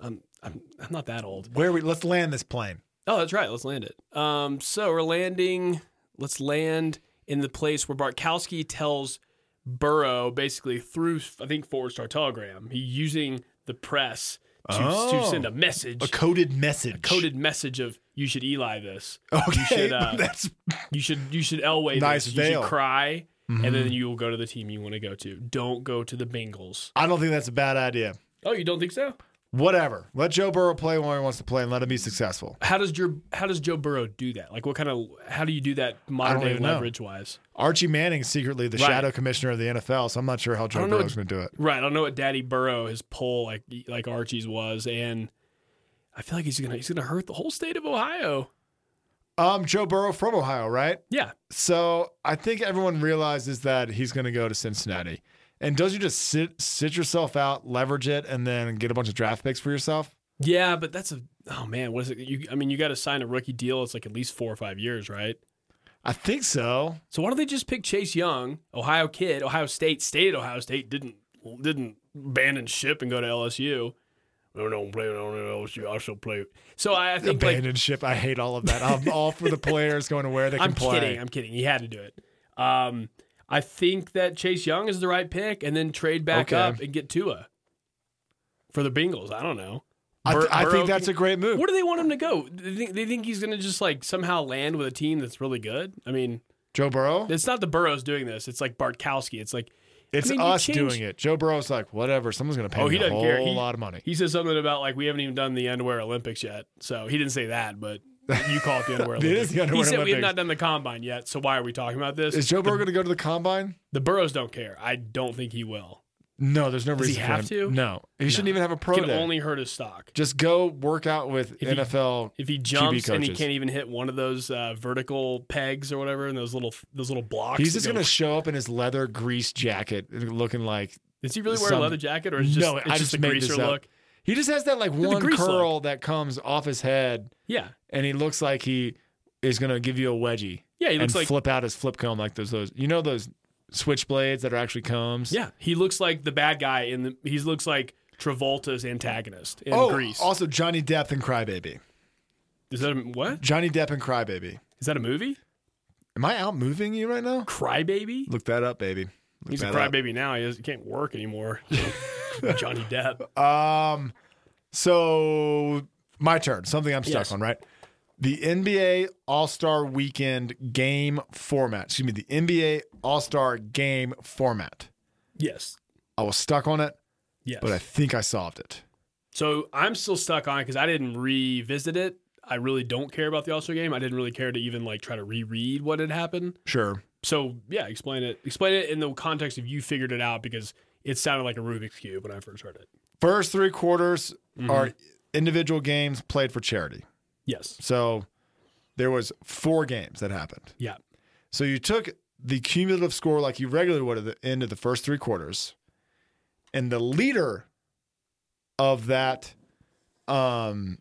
D: I'm I'm I'm not that old.
C: Where we let's land this plane.
D: Oh, that's right. Let's land it. Um, so we're landing. Let's land in the place where Bartkowski tells Burrow basically through I think forward star telegram. He using the press to, to
C: Oh.
D: send a message,
C: A coded message.
D: coded message of you should Eli this.
C: Okay.
D: should, uh,
C: that's
D: You should you should Elway
C: Nice Mm-hmm.
D: this. You
C: veil.
D: should cry, and then you will go to the team you want to go to. Don't go to the Bengals.
C: I don't think that's a bad idea.
D: Oh, you don't think so?
C: Whatever. Let Joe Burrow play where he wants to play and let him be successful.
D: How does your how does Joe Burrow do that? Like what kind of how do you do that modern
C: don't
D: day
C: even know.
D: leverage wise?
C: Archie Manning's secretly the
D: Right.
C: shadow commissioner of the NFL, so I'm not sure how Joe
D: don't know
C: Burrow's
D: what-
C: going to do it.
D: Right, I don't know what Daddy Burrow his pull like like Archie's was, and I feel like he's gonna he's gonna hurt the whole state of Ohio.
C: Um, Joe Burrow from Ohio, right?
D: Yeah,
C: So I think everyone realizes that he's going to go to Cincinnati. And does you just sit sit yourself out, leverage it, and then get a bunch of draft picks for yourself?
D: yeah, but that's a oh man, what is it? You I mean, you got to sign a rookie deal. It's like at least four or five years, right?
C: I think so.
D: So why don't they just pick Chase Young, Ohio kid, Ohio State, stayed at Ohio State, didn't didn't abandon ship and go to LSU. No, no, I'm playing on LSU. I still play. So I, I think like
C: Abandoned ship. I hate all of that. I'm all for the players going to where they can
D: I'm
C: play.
D: kidding. I'm kidding. He had to do it. Um, I think that Chase Young is the right pick, and then trade back
C: Okay.
D: up and get Tua for the Bengals. I don't know.
C: I, th-
D: Bur-
C: I
D: Burrow
C: think that's
D: can-
C: a great move.
D: Where do they want him to go? They think, they think he's going to just like somehow land with a team that's really good. I mean,
C: Joe Burrow.
D: it's not the Burrows doing this. It's like Bartkowski. It's like
C: It's
D: I mean, you
C: us
D: change-
C: doing it. Joe Burrow's like, whatever. Someone's going to pay
D: Oh,
C: me
D: he
C: a
D: doesn't
C: whole
D: care. He-
C: lot of money.
D: He says something about like we haven't even done the underwear Olympics yet. So he didn't say that, but you call it the underwear
C: It
D: Olympics.
C: is the underwear
D: he said we have
C: Olympics.
D: not done the combine yet. So why are we talking about this?
C: Is Joe Burrow going to go to the combine?
D: the Burrows don't care. I don't think he will.
C: No, there's no
D: Does he
C: reason.
D: have
C: for him.
D: to?
C: No, he shouldn't even have a pro
D: Can
C: day.
D: only hurt his stock.
C: Just go work out with
D: he-
C: NFL.
D: If he jumps and he
C: coaches.
D: can't even hit one of those uh, vertical pegs or whatever, and those little those little blocks,
C: He's
D: that
C: just
D: go-
C: going to show up in his leather grease jacket, looking like
D: Is he really wearing
C: some-
D: a leather jacket or is it just
C: No,
D: it's
C: I
D: just
C: just
D: a
C: made
D: greaser
C: this up.
D: look?
C: he just has that like
D: the
C: one
D: grease look.
C: curl that comes off his head,
D: Yeah,
C: and he looks like he is going to give you a wedgie.
D: yeah. He looks
C: and
D: like
C: flip out his flip comb like those those you know those switchblades that are actually combs.
D: yeah. He looks like the bad guy in the. He looks like Travolta's antagonist in
C: Oh,
D: Grease.
C: also Johnny Depp and Crybaby.
D: Is that a, what?
C: Johnny Depp and Crybaby.
D: Is that a movie?
C: Am I out moving you right now?
D: Crybaby.
C: Look that up, baby. Look
D: He's a
C: that up.
D: crybaby now. He, doesn't- he can't work anymore. Johnny Depp.
C: Um, so my turn. Something I'm stuck
D: Yes.
C: on, right? The NBA All Star Weekend game format. Excuse me, the NBA All Star game format.
D: Yes.
C: I was stuck on it,
D: Yes.
C: but I think I solved it.
D: so I'm still stuck on it because I didn't revisit it. I really don't care about the All Star game. I didn't really care to even like try to reread what had happened.
C: Sure.
D: So yeah, explain it. Explain it in the context of you figured it out because it sounded like a Rubik's cube when I first heard it.
C: First three quarters are individual games played for charity.
D: Yes.
C: So there was four games that happened.
D: Yeah.
C: So you took the cumulative score like you regularly would at the end of the first three quarters, and the leader of that um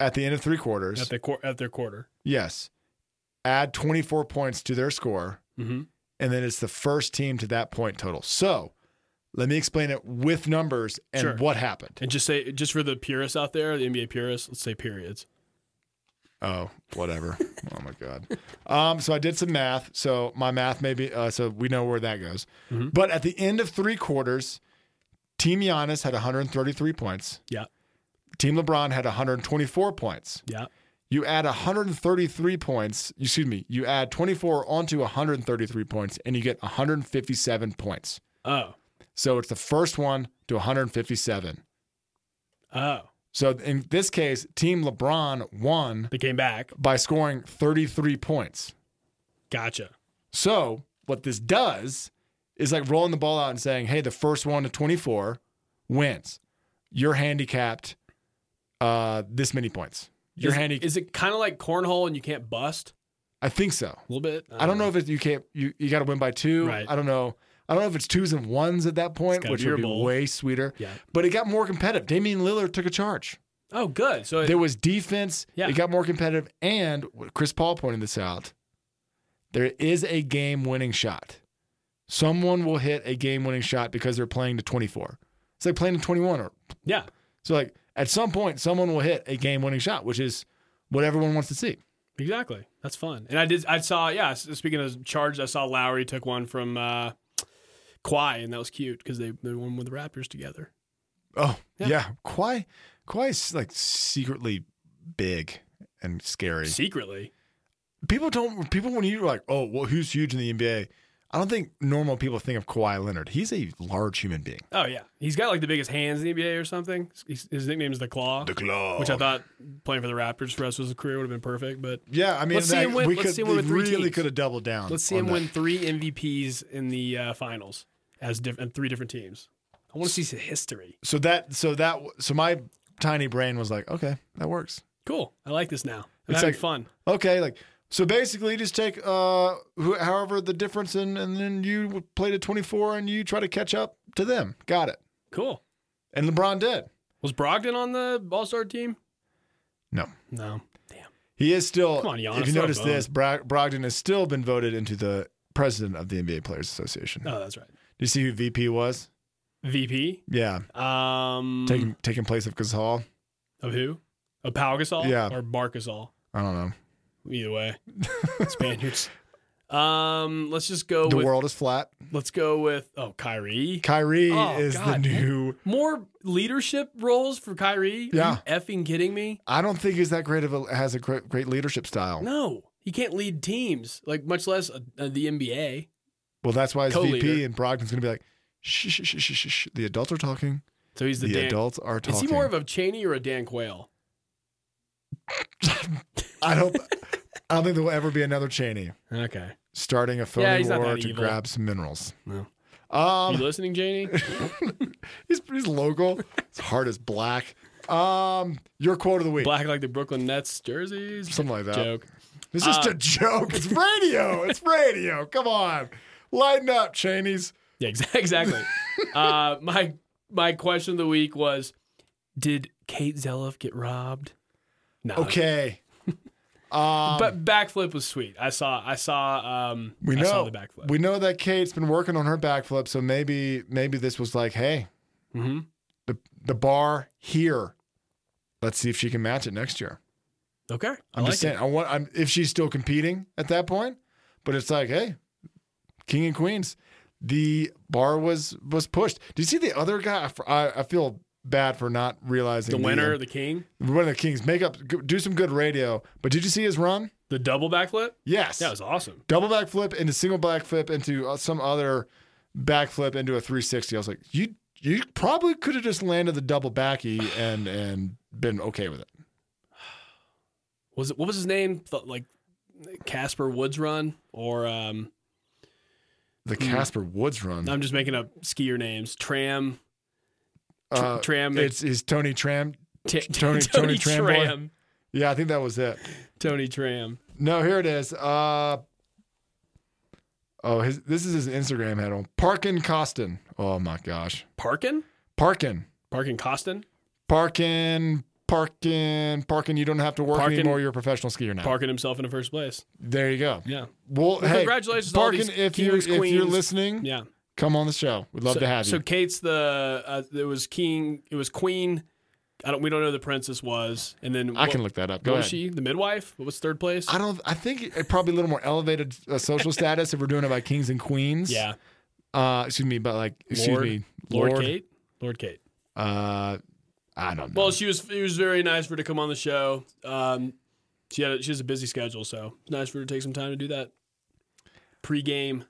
C: at the end of three quarters,
D: At the quar at their quarter.
C: yes, add 24 points to their score,
D: Mm-hmm.
C: and then it's the first team to that point total. So let me explain it with numbers and
D: Sure.
C: what happened.
D: And just say just for the purists out there, the NBA purists, let's say periods.
C: Oh, whatever. oh my god. Um, so I did some math. So my math maybe. Uh, so we know where that goes. But at the end of three quarters, Team Giannis had 133 points.
D: Yeah.
C: Team LeBron had 124 points.
D: Yeah.
C: You add 133 points. you- Excuse me. You add 24 onto 133 points, and you get 157 points.
D: Oh.
C: So it's the first one to 157.
D: Oh.
C: So in this case, Team LeBron won
D: They came back.
C: by scoring 33 points.
D: Gotcha.
C: So what this does is like rolling the ball out and saying, "Hey, the first one to 24 wins. You're handicapped uh, this many points. You're
D: is,
C: handicapped.
D: Is it kind of like cornhole and you can't bust
C: I think so.
D: a little bit?
C: I don't know if it, you can't. You, you got to win by two.
D: Right.
C: I don't know. I don't know if it's twos and ones at that point,
D: gotta
C: which
D: be your
C: would be
D: bowl.
C: way sweeter.
D: Yeah.
C: But it got more competitive. Damian Lillard took a charge.
D: Oh, good. So it,
C: There was defense.
D: Yeah.
C: It got more competitive. And what Chris Paul pointed this out. There is a game winning shot. Someone will hit a game winning shot because they're playing to 24. It's like playing to 21. Or,
D: yeah.
C: so, like, at some point, someone will hit a game winning shot, which is what everyone wants to see.
D: Exactly. That's fun. And I did. I saw. Yeah. s- Speaking of charges, I saw Lowry took one from uh, Kawhi, and that was cute because they they won with the Raptors together.
C: Oh,
D: Yeah.
C: yeah. Kawhi, Kawhi's like secretly big and scary.
D: Secretly,
C: people don't, people, when you're like, oh, well, who's huge in the NBA? I don't think normal people think of Kawhi Leonard. He's a large human being.
D: oh yeah, he's got like the biggest hands in the NBA or something. He's, his nickname is the Claw,
C: claw.
D: which I thought playing for the Raptors for the rest of his career would have been perfect. But
C: Yeah, I mean,
D: Let's see
C: that-
D: him win-
C: we
D: let's
C: could,
D: see him win
C: they
D: with three
C: really
D: teams.
C: could have doubled down.
D: let's see
C: on
D: him
C: that.
D: win three MVPs in the uh, finals as diff- and three different teams. I want to see his history.
C: So that, so that, so my tiny brain was like, okay, that works.
D: Cool. I like this now. I'm
C: It's
D: having
C: like-
D: fun.
C: Okay, like so basically, you just take uh, who, however the difference, in, and then you play to twenty four, and you try to catch up to them. Got it.
D: Cool.
C: And LeBron did.
D: Was Brogdon on the All Star team?
C: No,
D: No. Damn.
C: he is still.
D: Come on, Giannis,
C: if you
D: throw a
C: notice
D: bone.
C: this, Bra- Brogdon has still been voted into the president of the NBA Players Association.
D: Oh, that's right.
C: Do you see who VP was?
D: VP.
C: Yeah,
D: Um,
C: taking taking place of Gasol.
D: of who? Of Pau Gasol
C: Yeah.
D: or Marc Gasol?
C: I don't know.
D: Either way, Spaniards. Um, let's just go
C: The
D: with.
C: world is flat.
D: Let's go with oh Kyrie.
C: Kyrie
D: Oh,
C: is
D: God.
C: the new.
D: More leadership roles for Kyrie?
C: Yeah.
D: Are you effing kidding me?
C: I don't think he's that great of a has a great, great leadership style.
D: No, he can't lead teams like much less uh, uh, the NBA.
C: Well, that's why his VP
D: Co-leader.
C: and Brogdon's gonna be like, shh, shh, shh, shh, shh, shh. The adults are talking.
D: So he's the,
C: The,
D: Dan.
C: adults are talking.
D: Is he more of a Cheney or a Dan Quayle?
C: I don't. I don't think there will ever be another Cheney
D: Okay.
C: starting a
D: Yeah,
C: phony
D: he's not
C: war
D: that
C: to
D: evil.
C: grab some minerals.
D: No. you
C: Um,
D: listening, Cheney?
C: he's he's local. His heart is black. Um, your quote of the week.
D: Black like the Brooklyn Nets jerseys.
C: Something like that.
D: Joke.
C: It's just
D: Uh,
C: a joke. It's radio. it's radio. Come on, lighten up, Cheneys.
D: Yeah, ex- exactly. uh, my my question of the week was: Did Kate Zelif get robbed? No.
C: Okay. Um,
D: Uh, But backflip was sweet. I saw. I saw. Um,
C: We
D: I
C: know
D: saw the backflip.
C: We know that Kate's been working on her backflip, so maybe maybe this was like, hey,
D: hmm
C: the the bar here. Let's see if she can match it next year.
D: Okay.
C: I'm
D: I
C: just
D: like
C: saying. I want. I'm if she's still competing at that point, but it's like, hey, king and queens. The bar was was pushed. Did you see the other guy? I f- I, I feel bad for not realizing
D: it. The winner, the king,
C: the one of the kings. Make up, g- do some good radio. But did you see his run?
D: the double backflip.
C: Yes
D: That was awesome.
C: double backflip into single backflip into uh, some other backflip into a 360. I was like, you you probably could have just landed the double backy and and been okay with it.
D: Was it what was his name? Th- Like Casper Woods run or um,
C: The
D: Hmm.
C: Casper Woods run.
D: I'm just making up skier names. Tram, tr-
C: Uh,
D: Tram,
C: it's is Tony Tram.
D: T-
C: Tony- Tony Tram boy.
D: Tram,
C: Yeah, I think that was it.
D: Tony Tram.
C: No, here it is. Uh, oh, his, this is his Instagram handle. Parkin Costin. Oh my gosh,
D: Parkin,
C: Parkin,
D: Parkin Costin,
C: Parkin, Parkin, Parkin. You don't have to work
D: Parkin-
C: anymore. You're a professional skier now.
D: Parkin himself into first place.
C: There you go.
D: Yeah,
C: Well, hey,
D: congratulations to all
C: Parkin.
D: these
C: if you
D: kings,
C: if you're
D: queens.
C: listening,
D: yeah.
C: come on the show. We'd love
D: so,
C: to have you.
D: So Kate's the uh, it was King, it was Queen. I don't. We don't know who the princess was, and then
C: I
D: what-
C: can look that up.
D: What
C: Go
D: was
C: ahead.
D: she the midwife? What was third place?
C: I don't. I think it probably a little more elevated uh, social status if we're doing it by kings and queens.
D: yeah,
C: Uh, excuse me, but like, excuse
D: Lord,
C: me,
D: Lord, Kate, Lord Kate.
C: Uh, I don't know.
D: Well, she was it was very nice for her to come on the show. Um, she had a, she has a busy schedule, so it's nice for her to take some time to do that. Pre-game,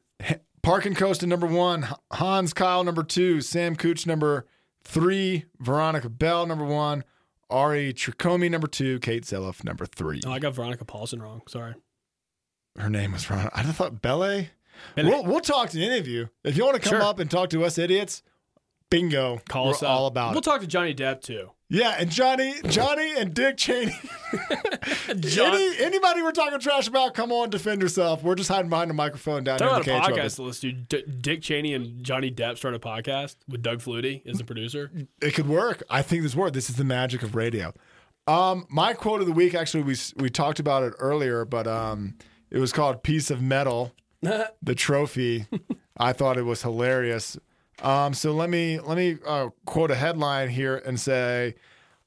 C: Parkin Costa number one, H- Hans Kyle number two, Sam Cooch number three, Veronica Bell number one, Ari Tricomi number two, Kate Zelloff number three.
D: oh, I got Veronica Paulson wrong. Sorry,
C: Her name was Ron. I thought Belle.
D: Belle.
C: We'll, we'll talk to any of you if you want to come
D: Sure.
C: up and talk to us idiots. Bingo,
D: call
C: We're
D: us up.
C: all about
D: We'll
C: it.
D: talk to Johnny Depp too.
C: yeah, and Johnny, Johnny, and Dick Cheney. Any, anybody we're talking trash about, come on, defend yourself. We're just hiding behind a microphone down
D: Talk
C: here in
D: about
C: the
D: a
C: cage.
D: podcast
C: office.
D: to listen to. D- Dick Cheney and Johnny Depp start a podcast with Doug Flutie as the producer.
C: It could work. I think this worked. This is the magic of radio. Um, my quote of the week, actually, we we talked about it earlier, but um, it was called "Piece of Metal." the trophy. I thought it was hilarious. Um, so let me let me uh, quote a headline here and say,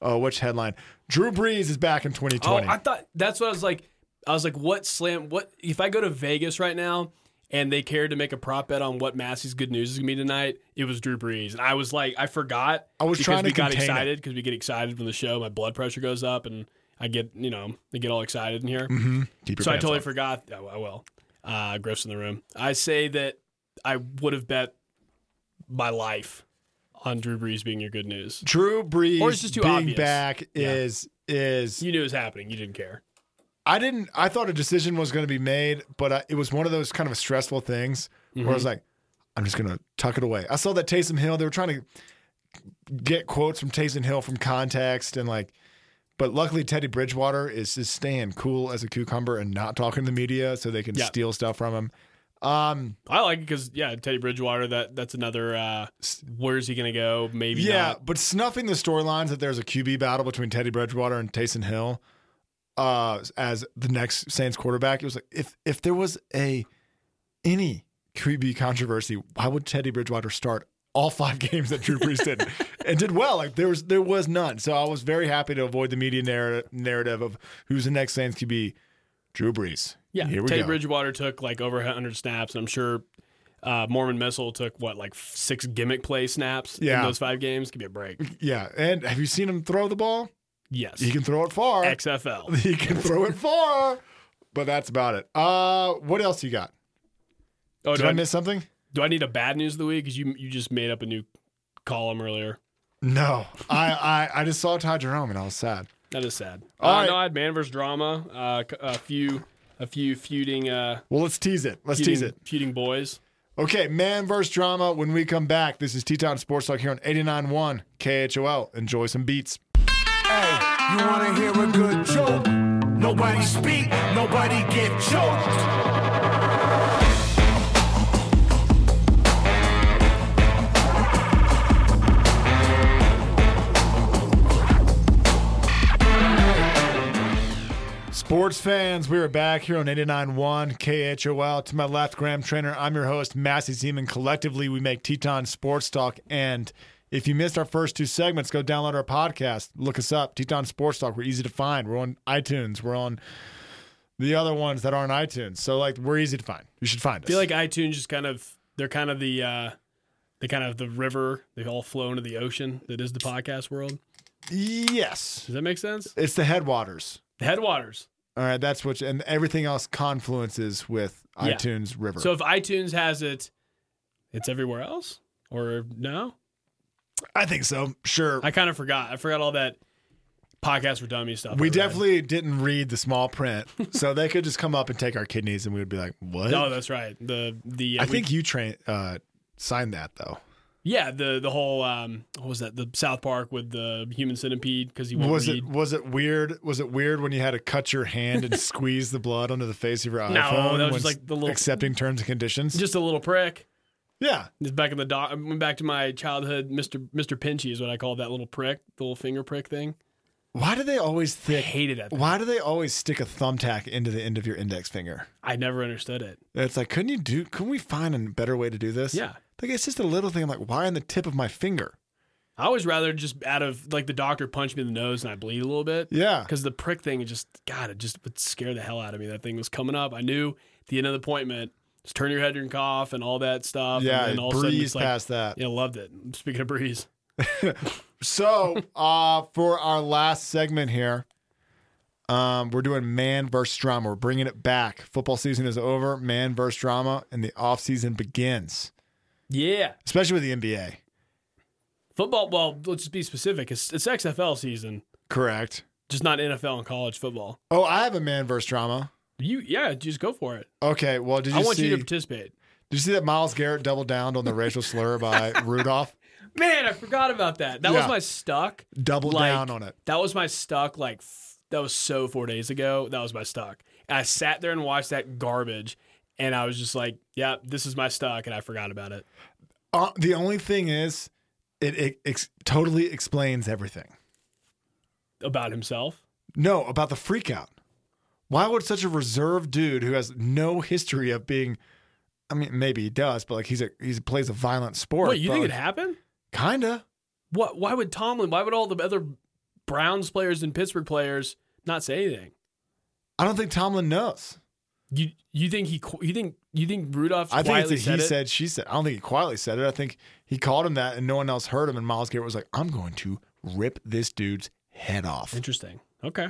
C: uh, which headline? Drew Brees is back in 2020.
D: Oh, I thought that's what I was like. I was like, what slam? What if I go to Vegas right now and they cared to make a prop bet on what Massey's good news is gonna be tonight? It was Drew Brees, and I was like, I forgot.
C: I was
D: because
C: trying to
D: we got
C: contain it.
D: excited because we get excited when the show. My blood pressure goes up, and I get you know I get all excited in here.
C: Mm-hmm. Keep your
D: So I
C: pants
D: totally
C: on.
D: forgot. Oh, I will. Uh, Griff's in the room. I say that I would have bet my life on Drew Brees being your good news.
C: Drew Brees
D: Or it's just too
C: being
D: obvious.
C: back is is
D: You knew it was happening. You didn't care.
C: I didn't. I thought a decision was going to be made, but I, it was one of those kind of stressful things where I was like, I'm just going to tuck it away. I saw that Taysom Hill. They were trying to get quotes from Taysom Hill from context and like, but luckily Teddy Bridgewater is is staying cool as a cucumber and not talking to the media, so they can
D: Yeah.
C: steal stuff from him. Um,
D: I like it because yeah, Teddy Bridgewater. That that's another. Uh, where's he gonna go? Maybe.
C: yeah,
D: not.
C: but snuffing the storylines that there's a QB battle between Teddy Bridgewater and Taysom Hill uh, as the next Saints quarterback, it was like if if there was a any QB controversy, why would Teddy Bridgewater start all five games that Drew Brees did and did well? Like there was there was none, so I was very happy to avoid the media narr- narrative of who's the next Saints QB, Drew Brees.
D: Yeah.
C: here we
D: Teddy
C: go.
D: Bridgewater took like over 100 snaps, and I'm sure uh, Mormon Missile took what like f- six gimmick play snaps in
C: Yeah.
D: those five games. Give me a break.
C: yeah, and have you seen him throw the ball?
D: Yes.
C: He can throw it far.
D: XFL.
C: he can throw it far, but that's about it. Uh, what else you got?
D: Oh,
C: Did
D: do I,
C: I miss something?
D: do I need a bad news of the week? Because you you just made up a new column earlier.
C: No, I, I I just saw Ty Jerome and I was sad.
D: That is sad.
C: All
D: uh,
C: right.
D: No, I had man versus drama. Uh, c- a few a few feuding uh,
C: Well, let's tease it. Let's tease
D: feuding,
C: it.
D: feuding boys.
C: Okay, man versus drama. When we come back, this is Teton Sports Talk here on 89.1 KHOL. Enjoy some beats.
B: Hey, you wanna hear a good joke? Nobody speak, nobody get choked.
C: Sports fans, we are back here on 89.1 KHOL. To my left, Graham Trainer. I'm your host, Massey Zeman. Collectively, we make Teton Sports Talk. And if you missed our first two segments, go download our podcast. Look us up, Teton Sports Talk. We're easy to find. We're on iTunes. We're on the other ones that aren't iTunes. So, like, we're easy to find. You should find us.
D: I feel like iTunes just kind of they're kind of the uh they kind of the river they all flow into the ocean that is the podcast world.
C: yes.
D: Does that make sense?
C: It's the headwaters.
D: The headwaters.
C: All right, that's what, and everything else confluences with
D: Yeah.
C: iTunes River.
D: So if iTunes has it, It's everywhere else, or no?
C: I think so. Sure.
D: I kind of forgot. I forgot all that podcast for dummies stuff. I
C: we
D: read.
C: definitely didn't read the small print, so they could just come up and take our kidneys, and we would be like, "What?"
D: No, Oh, that's right. The the uh,
C: I
D: we-
C: think you train uh, signed that though.
D: yeah the the whole um what was that the South Park with the human centipede because he won't
C: Was
D: read.
C: it was it weird? Was it weird when you had to cut your hand and squeeze the blood onto the face of your iPhone?
D: No, that was just
C: when
D: like the little-
C: accepting terms and conditions.
D: just a little prick.
C: yeah,
D: Just back in the doc, I went back to my childhood. Mister Mister Pinchy is what I called that little prick, the little finger prick thing.
C: why do they always
D: I
C: thick?
D: hated that. thing.
C: Why do they always stick a thumbtack into the end of your index finger?
D: I never understood it.
C: It's like, couldn't you do? Couldn't we find a better way to do this?
D: Yeah.
C: like it's just a little thing. I'm like, why on the tip of my finger?
D: I always rather just out of like the doctor punched me in the nose and I bleed a little bit.
C: Yeah,
D: Because the prick thing, it just, God, it just would scare the hell out of me. That thing was coming up. I knew at the end of the appointment, just turn your head and cough and all that stuff.
C: yeah.
D: And then all
C: It
D: of a sudden it's
C: breeze
D: like,
C: past that.
D: yeah, loved it. Speaking of breeze,
C: So, uh, for our last segment here, um, we're doing man versus drama. We're bringing it back. Football season is over. Man versus drama, and the offseason begins,
D: yeah,
C: especially with the NBA.
D: football. Well, let's just be specific. It's, it's XFL season,
C: Correct.
D: just not NFL and college football.
C: Oh, I have a man versus drama.
D: You, yeah, just go for it.
C: Okay. Well, did you
D: I want
C: see?
D: you to participate.
C: did you see that Miles Garrett doubled down on the racial slur by Rudolph?
D: Man, I forgot about that. That
C: Yeah.
D: was my stuck.
C: Doubled
D: Like-
C: down on it.
D: That was my stuck. Like f- that was so four days ago. That was my stuck. And I sat there and watched that garbage, and I was just like, "Yeah, this is my stuck," and I forgot about it.
C: Uh, the only thing is, it, it ex- totally explains everything.
D: About himself.
C: No, about the freak out. Why would such a reserved dude who has no history of being I mean, maybe he does, but like he's a he plays a violent sport.
D: Wait, you
C: but
D: think it
C: like,
D: happened?
C: Kinda.
D: What? Why would Tomlin? Why would all the other Browns players and Pittsburgh players not say anything?
C: I don't think Tomlin knows.
D: You you think he qu- you think you think Rudolph?
C: I think it's
D: quietly
C: a he
D: said, it?
C: said, she said. I don't think he quietly said it. I think he called him that and no one else heard him. And Miles Garrett was like, I'm going to rip this dude's head off.
D: Interesting. Okay.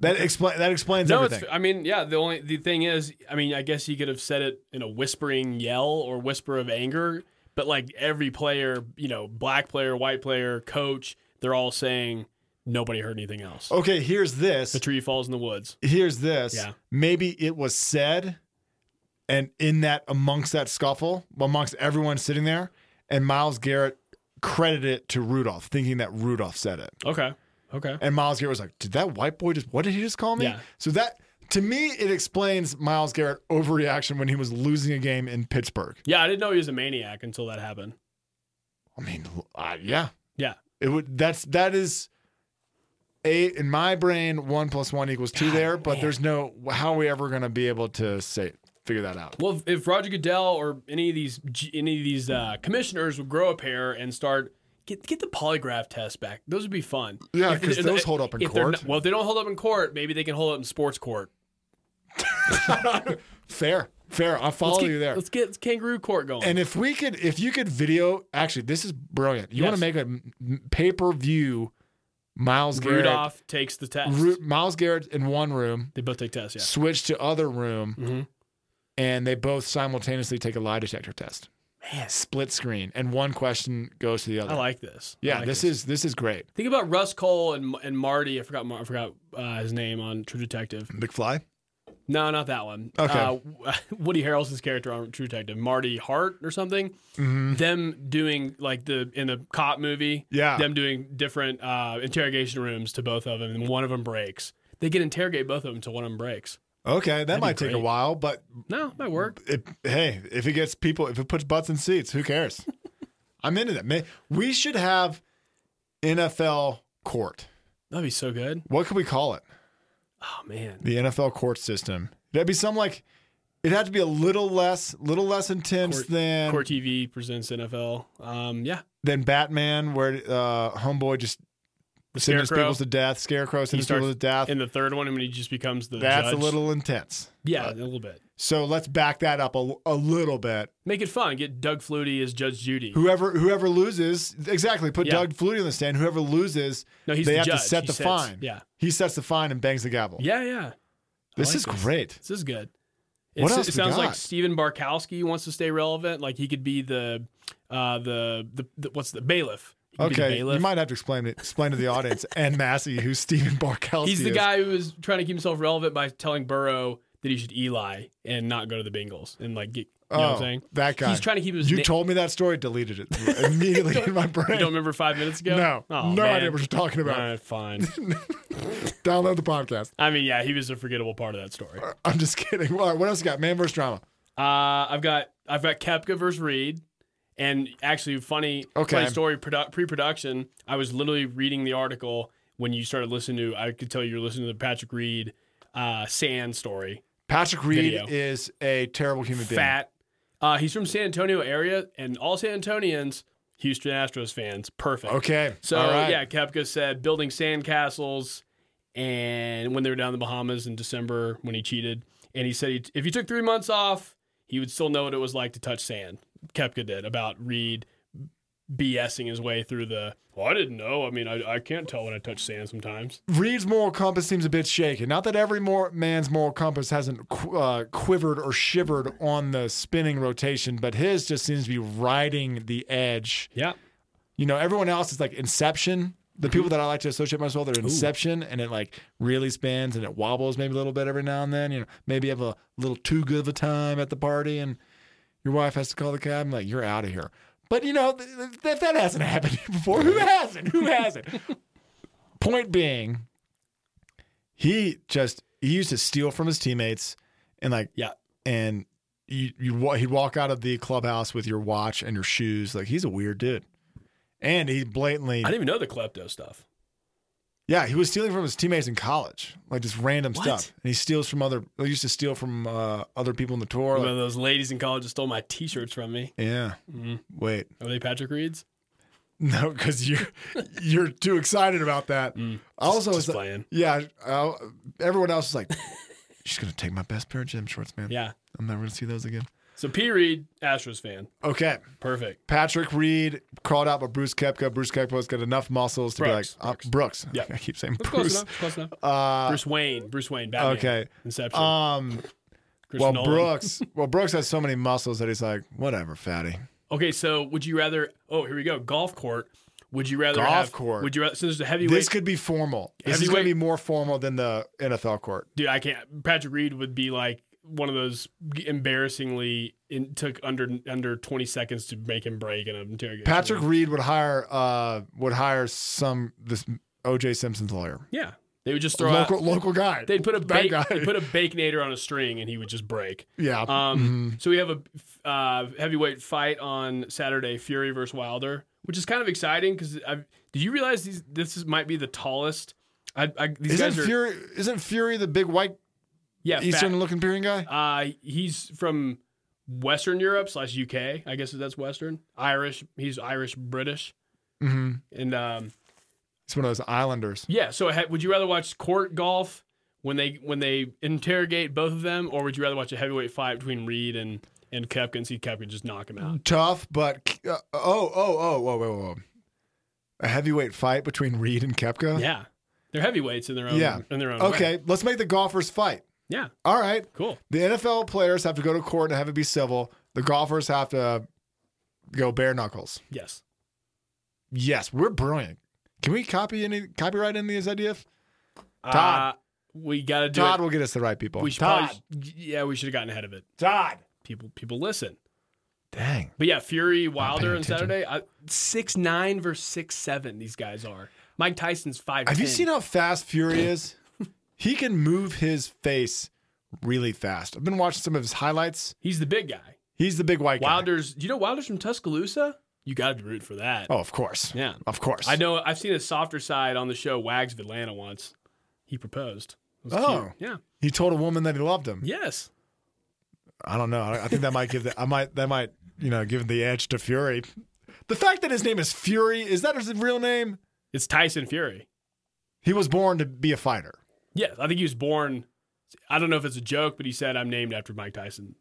C: That explain that explains
D: No, it's.
C: everything.
D: I mean, yeah. The only the thing is, I mean, I guess he could have said it in a whispering yell or whisper of anger, but like every player, you know, black player, white player, coach, they're all saying nobody heard anything else.
C: okay, here's this.
D: The tree falls in the woods.
C: here's this.
D: Yeah.
C: Maybe it was said, and in that amongst that scuffle, amongst everyone sitting there, and Miles Garrett credited it to Rudolph, thinking that Rudolph said it.
D: Okay. Okay.
C: And Miles Garrett was like, "Did that white boy just? What did he just call me?"
D: Yeah.
C: So that to me, it explains Miles Garrett overreaction when he was losing a game in Pittsburgh.
D: Yeah, I didn't know he was a maniac until that happened.
C: I mean, uh, yeah,
D: Yeah.
C: it would. That's that is. Eight in my brain, one plus one equals two. there, but there's no how are we ever going to be able to say figure that out.
D: Well, if- if Roger Goodell or any of these G- any of these uh, commissioners would grow a pair and start get get the polygraph test back, those would be fun.
C: Yeah,
D: If-
C: 'cause
D: if-
C: those hold up in
D: if they're
C: court.
D: not- well, if they don't hold up in court, maybe they can hold up in sports court.
C: Fair, fair. I'll follow
D: let's get,
C: you there.
D: Let's get kangaroo court going.
C: And if we could, if you could video, actually, this is brilliant. You want
D: Yes.
C: to make a pay per view Miles Garrett,
D: Rudolph takes the test.
C: Ru- Miles Garrett in one room,
D: they both take tests. Yeah.
C: switch to other room,
D: Mhm.
C: and they both simultaneously take a lie detector test. Man, split screen, and one question goes to the other.
D: I like this. I
C: yeah,
D: like
C: this, is this is great.
D: Think about Russ Cole and and Marty. I forgot Mar- I forgot uh, his name on True Detective.
C: McFly.
D: No, not that one.
C: Okay.
D: Uh, Woody Harrelson's character on True Detective, Marty Hart or something.
C: Mm-hmm.
D: Them doing like the in the cop movie.
C: Yeah.
D: Them doing different uh, interrogation rooms to both of them, and one of them breaks. They can interrogate both of them until one of them breaks.
C: Okay, that might take a
D: great.
C: while, but
D: No, it might work.
C: it, hey, if it gets people, if it puts butts in seats, who cares? I'm into that. May- We should have NFL court.
D: That'd be so good.
C: What could we call it?
D: Oh man.
C: The NFL court system. That'd be some like. It'd have to be a little less, little less intense
D: Court-
C: than
D: Core TV presents NFL. Um, yeah,
C: than Batman, where uh, homeboy just
D: the
C: sentences
D: Scarecrow
C: people to death, Scarecrow sentences
D: starts
C: people to death.
D: in the third one, when he just becomes the
C: That's
D: judge.
C: a little Uh, intense.
D: yeah, a little bit.
C: So let's back that up a, a little bit.
D: Make it fun. Get Doug Flutie as Judge Judy.
C: Whoever whoever loses, exactly. Put
D: Yeah.
C: Doug Flutie on the stand. Whoever loses,
D: No, he's
C: they
D: the
C: have
D: judge.
C: to set
D: He
C: the
D: sits.
C: fine.
D: Yeah,
C: He sets the fine and bangs the gavel.
D: yeah, yeah. I
C: this
D: like
C: is great.
D: This is good.
C: What
D: It's-
C: else
D: it
C: we
D: sounds like
C: got?
D: Steven Barkowski wants to stay relevant. Like he could be the uh, the, the the what's the bailiff. He could be the
C: Okay,
D: bailiff.
C: you might have to explain it. Explain to the audience and Massey who Stephen Barkowski
D: He's the
C: is.
D: guy who is trying to keep himself relevant by telling Burrow that he should Eli and not go to the Bengals and like get, you
C: Oh,
D: know what I'm saying?
C: that guy.
D: He's trying to keep his.
C: You
D: na-
C: told me that story, deleted it immediately in my brain.
D: you don't remember five minutes ago?
C: No,
D: Oh,
C: no
D: man.
C: idea what you're talking
D: All
C: about.
D: right, fine.
C: Download the podcast.
D: I mean, yeah, he was a forgettable part of that story. Uh,
C: I'm just kidding. All right, what else you got? Man versus drama.
D: I've got I've got Kepka versus Reed, and actually, funny,
C: Okay.
D: funny story. Produ- pre-production, I was literally reading the article when you started listening to. I could tell you were listening to the Patrick Reed uh, Sand story.
C: Patrick Reed
D: Video.
C: is a terrible human being.
D: Fat. Uh, he's from San Antonio area, and all San Antonians, Houston Astros fans, perfect.
C: Okay.
D: So
C: All right.
D: yeah, Kepka said building sandcastles, and when they were down in the Bahamas in December when he cheated, and he said he, if he took three months off, he would still know what it was like to touch sand. Kepka did about Reed BSing his way through the. Well, I didn't know. I mean, I, I can't tell when I touch sand sometimes.
C: Reed's moral compass seems a bit shaken. Not that every mor- man's moral compass hasn't qu- uh, quivered or shivered on the spinning rotation, but his just seems to be riding the edge.
D: Yeah,
C: You know, everyone else is like Inception. The people that I like to associate myself with are Inception, and it like really spins and it wobbles maybe a little bit every now and then. You know, maybe you have a little too good of a time at the party, and your wife has to call the cab and like you're out of here. But you know, th- th- that that hasn't happened before. Who hasn't? Who hasn't? Point being, he just he used to steal from his teammates, and like
D: yeah.
C: and you you wa- he'd walk out of the clubhouse with your watch and your shoes. Like he's a weird dude, and he blatantly
D: I didn't even know the klepto stuff.
C: yeah he was stealing from his teammates in college, like just random
D: What?
C: stuff. And he steals from other. He used to steal from uh, other people in the tour.
D: One
C: like-
D: of those ladies in college that stole my T-shirts from me.
C: yeah,
D: Mm-hmm.
C: wait,
D: Are they Patrick Reed's?
C: no, because you're you're too excited about that. I also,
D: Just
C: was like,
D: playing.
C: yeah, I, everyone else is like, she's gonna take my best pair of gym shorts, man.
D: Yeah.
C: I'm never gonna see those again.
D: So P. Reed, Astros fan,
C: Okay.
D: perfect.
C: Patrick Reed called out by Bruce Kepka. Bruce Kepka's got enough muscles to
D: Brooks,
C: be like uh, Brooks.
D: Yeah.
C: I keep saying
D: That's
C: Bruce.
D: close enough. Close enough.
C: Uh,
D: Bruce Wayne. Bruce Wayne. Batman.
C: okay.
D: Inception.
C: um,
D: Chris
C: well,
D: Nolan.
C: Brooks. Well, Brooks has so many muscles that he's like, whatever, fatty.
D: Okay, so would you rather? Oh, here we go. Golf court. Would you rather
C: Golf
D: have?
C: court.
D: Would you rather? So there's a heavyweight.
C: This could be formal. This
D: he
C: is going to
D: wait-
C: be more formal than the NFL court.
D: dude, I can't. Patrick Reed would be like one of those embarrassingly in, took under under 20 seconds to make him break in an interrogation.
C: Patrick Reed would hire uh would hire some this OJ Simpson's lawyer,
D: Yeah, they would just throw
C: local
D: out.
C: local guy.
D: They'd uh, put a
C: That
D: bake,
C: guy.
D: they'd put a baconator on a string and he would just break.
C: yeah. Mm-hmm.
D: Um, So we have a uh, heavyweight fight on Saturday, Fury versus Wilder, which is kind of exciting because did you realize these? This is, might be the tallest. I, I, these
C: isn't
D: guys are
C: Fury isn't Fury the big white
D: yeah.
C: Eastern
D: Fat,
C: looking Pyrenean guy?
D: uh, he's from Western Europe slash UK. I guess that's Western Irish. He's Irish British. Mm-hmm. And um,
C: It's one of those islanders.
D: yeah, so ha- would you rather watch court golf when they when they interrogate both of them, or would you rather watch a heavyweight fight between Reed and and Kepka and see Kepka just knock him out?
C: tough, but uh, oh, oh, oh, whoa, whoa, whoa. A heavyweight fight between Reed and Kepka?
D: Yeah. They're heavyweights in their own
C: Yeah.
D: in their own way.
C: Okay, let's make the golfers fight.
D: Yeah.
C: All right.
D: Cool.
C: The NFL players have to go to court and have it be civil. The golfers have to go bare knuckles.
D: Yes.
C: Yes, we're brilliant. Can we copy any copyright in these ideas?
D: Uh,
C: Todd.
D: we got to do
C: Todd
D: it.
C: will get us the right people.
D: We should
C: Todd.
D: probably yeah, we should have gotten ahead of it.
C: Todd.
D: People people listen.
C: Dang.
D: But yeah, Fury, Wilder
C: paying
D: and
C: attention.
D: Saturday, I, 6'9 versus 6'7 these guys are. Mike Tyson's 5'10.
C: Have you seen how fast Fury is? he can move his face really fast. I've been watching some of his highlights.
D: He's the big guy.
C: He's the big white guy.
D: Wilder's, do you know Wilder's from Tuscaloosa? You got to root for that.
C: Oh, of course.
D: Yeah.
C: Of course.
D: I know I've seen a softer side on the show Wags of Atlanta once. He proposed. It was
C: Oh.
D: cute. Yeah.
C: He told a woman that he loved him.
D: Yes.
C: I don't know. I I think that might give the I might that might you know give the edge to Fury. The fact that his name is Fury is that his real name?
D: It's Tyson Fury.
C: He was born to be a fighter.
D: Yes, I think he was born. I don't know if it's a joke, but he said, "I'm named after Mike Tyson."